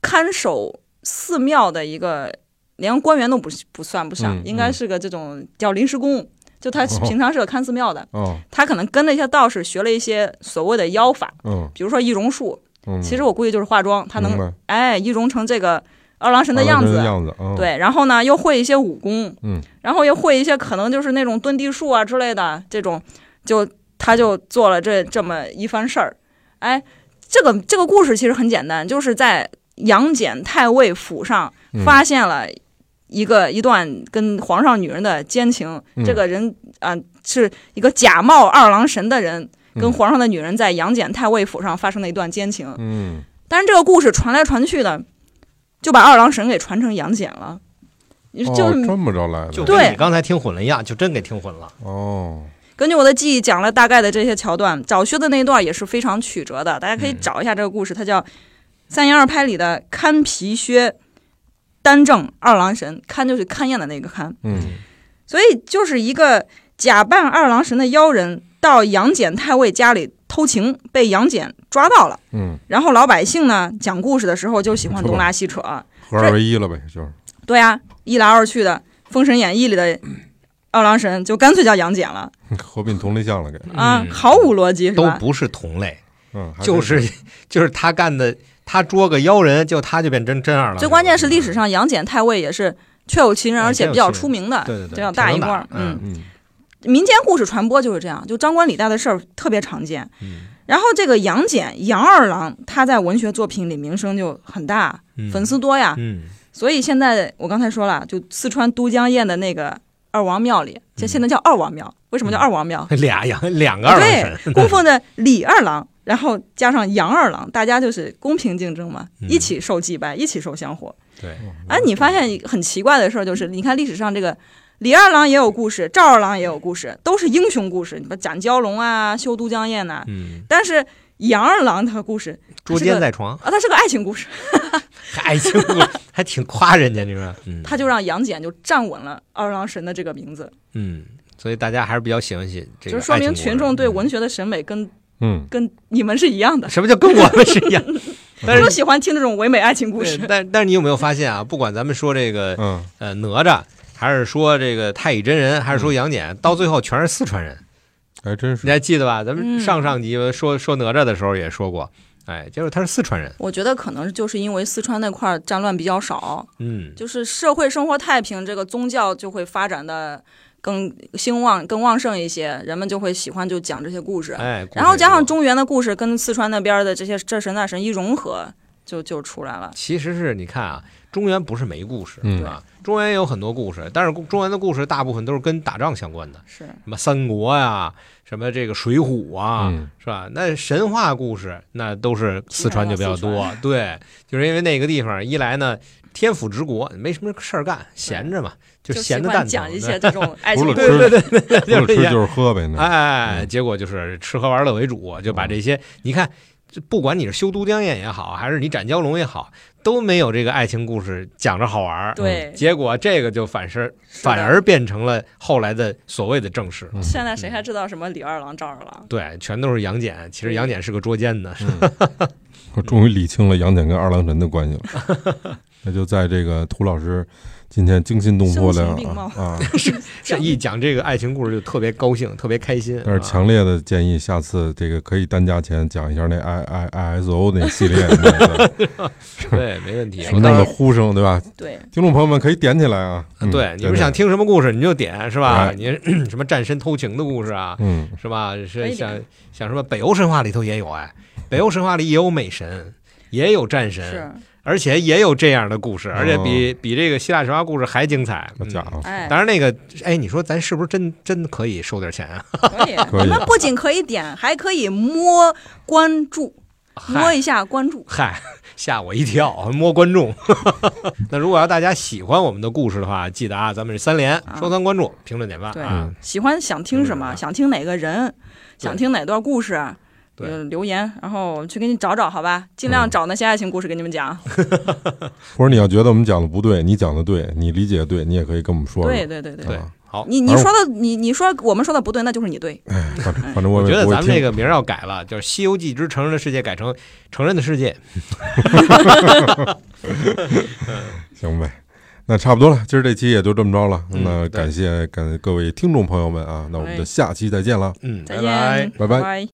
看守寺庙的一个，连官员都不不算不上，嗯应该嗯是个这种叫临时工，就他哦平常是个看寺庙的，哦，他可能跟那些道士学了一些所谓的妖法，嗯比如说易容术，嗯，其实我估计就是化妆，他能明白哎易容成这个二郎神的二样郎神子啊的。样子，嗯，对，然后呢，又会一些武功，嗯，然后又会一些可能就是那种遁地术啊之类的这种，就他就做了这这么一番事儿。哎，这个这个故事其实很简单，就是在杨戬太尉府上嗯发现了一个、一段跟皇上女人的奸情，嗯这个人啊、是一个假冒二郎神的人。跟嗯皇上的女人在杨戬太尉府上发生了一段奸情，嗯，但是这个故事传来传去的，就把二郎神给传成杨戬了。你哦就是这么着来就跟的。对你刚才听混了一样，就真给听混了。哦，根据我的记忆讲了大概的这些桥段，找薛的那一段也是非常曲折的，大家可以找一下这个故事，它叫《三言二拍》里的堪皮薛丹正二郎神，堪就是勘验的那个堪，嗯所以就是一个假扮二郎神的妖人到杨戬太尉家里偷情，被杨戬抓到了。嗯，然后老百姓呢讲故事的时候就喜欢东拉西扯，合二为一了呗，就是。 对呀、一来二去的，《封神演义》里的二郎神就干脆叫杨戬了合并同类项了，给，啊嗯，毫无逻辑是都吧？不是同类，嗯，还就真是就是他干的，他捉个妖人，就他就变真真二郎。最关键是历史上杨戬太尉也是确有其人，嗯而且比较出名的，对对对比较大一挺能罐打儿。嗯，嗯民间故事传播就是这样，就张冠李戴的事儿特别常见。嗯然后这个杨戬、杨二郎，他在文学作品里名声就很大，嗯粉丝多呀。嗯所以现在我刚才说了，就四川都江堰的那个二王庙里，嗯这现在叫二王庙，为什么叫二王庙？ 俩羊两个二郎神， 对，供奉的李二郎，然后加上杨二郎，大家就是公平竞争嘛，嗯一起受祭拜，一起受香火。对，哎，你发现很奇怪的事儿就是，你看历史上这个李二郎也有故事，赵二郎也有故事，都是英雄故事，你把斩蛟龙啊，修都江堰呐、嗯，但是杨二郎他的故事捉奸在床，啊，他是个爱情故事，还爱情故事还挺夸人家，你说，嗯，他就让杨戬就站稳了二郎神的这个名字，嗯，所以大家还是比较喜欢写这个，就是说明群众对文学的审美跟嗯，跟你们是一样的，嗯什么叫跟我们是 一样，但是都喜欢听这种唯美爱情故对事。但但是你有没有发现啊？不管咱们说这个嗯，呃哪吒，还是说这个太乙真人，还是说杨嗯戬，到最后全是四川人。还哎真是你。还记得吧？咱们嗯上上集说说哪吒的时候也说过，哎，就是他是四川人，我觉得可能就是因为四川那块儿战乱比较少，嗯，就是社会生活太平，这个宗教就会发展的更兴旺、更旺盛一些，人们就会喜欢就讲这些故事。哎，然后加上中，中原的故事跟四川那边的这些这神那神一融合，就就出来了。其实是你看啊，中原不是没故事，嗯对吧？中原也有很多故事，但是中中原的故事大部分都是跟打仗相关的，是，什么三国呀、什么这个水浒啊，嗯是吧？那神话故事那都是四川就比较基本多上，对，就是因为那个地方一来呢，天府之国没什么事儿干，闲着嘛，就就喜闲着欢蛋疼，讲一些 这种爱除情了故吃事。除了就是吃这样 就是喝呗，那哎，嗯结果就是吃喝玩乐为主，就把这些、你看，这不管你是修都江堰也好，还是你斩蛟龙也好，都没有这个爱情故事讲着好玩儿。对，结果这个就反是反而变成了后来的所谓的正史。嗯现在谁还知道什么李二郎、赵二 郎？对，全都是杨戬。其实杨戬是个捉奸的，我 终于理清了杨戬跟二郎神的关系了。那就在这个涂老师今天惊心动魄的声情并茂啊啊，是一讲这个爱情故事就特别高兴，特别开心。但是啊强烈的建议下次这个可以单加钱讲一下那 I I I S O 那系列， 对对，没问题。什么弄的呼声对吧？对，听众朋友们可以点起来啊！嗯对，你们想，听什么故事你就点是吧？哎你什么战神偷情的故事啊，对嗯，是吧？可是以像点像什么北欧神话里头也有哎，北欧神话里也有美神，也有战神，是，而且也有这样的故事，而且比、比这个希腊神话故事还精彩。哦好家嗯伙，哎，当然，那个，哎，你说咱是不是真真可以收点钱啊？可以。可以我们不仅可以点，还可以摸关注，摸嗨一下关注。嗨，吓我一跳，摸观众。 那如果要大家喜欢我们的故事的话，记得啊，咱们是三连啊收藏关注、评论点赞对啊。喜欢想听什嗯么，想听哪个人，想听哪段故事，对嗯呃留言，然后我们去给你找找，好吧？尽量找那些爱情故事给你们讲。或者你要觉得我们讲的不对，你讲的对，你理解的对，你也可以跟我们说说。对对对对，对啊，好。你你反正说的你你说我们说的不对，那就是你对。哎，反正反正我我也觉得不会咱们听这个名儿要改了，就是《西游记之成人的世界》改成《成人的世界》。行呗，那差不多了，今儿这期也就这么着了。嗯对那感谢感谢各位听众朋友们啊，那我们哎就下期再见了。嗯，再拜见，拜。拜拜拜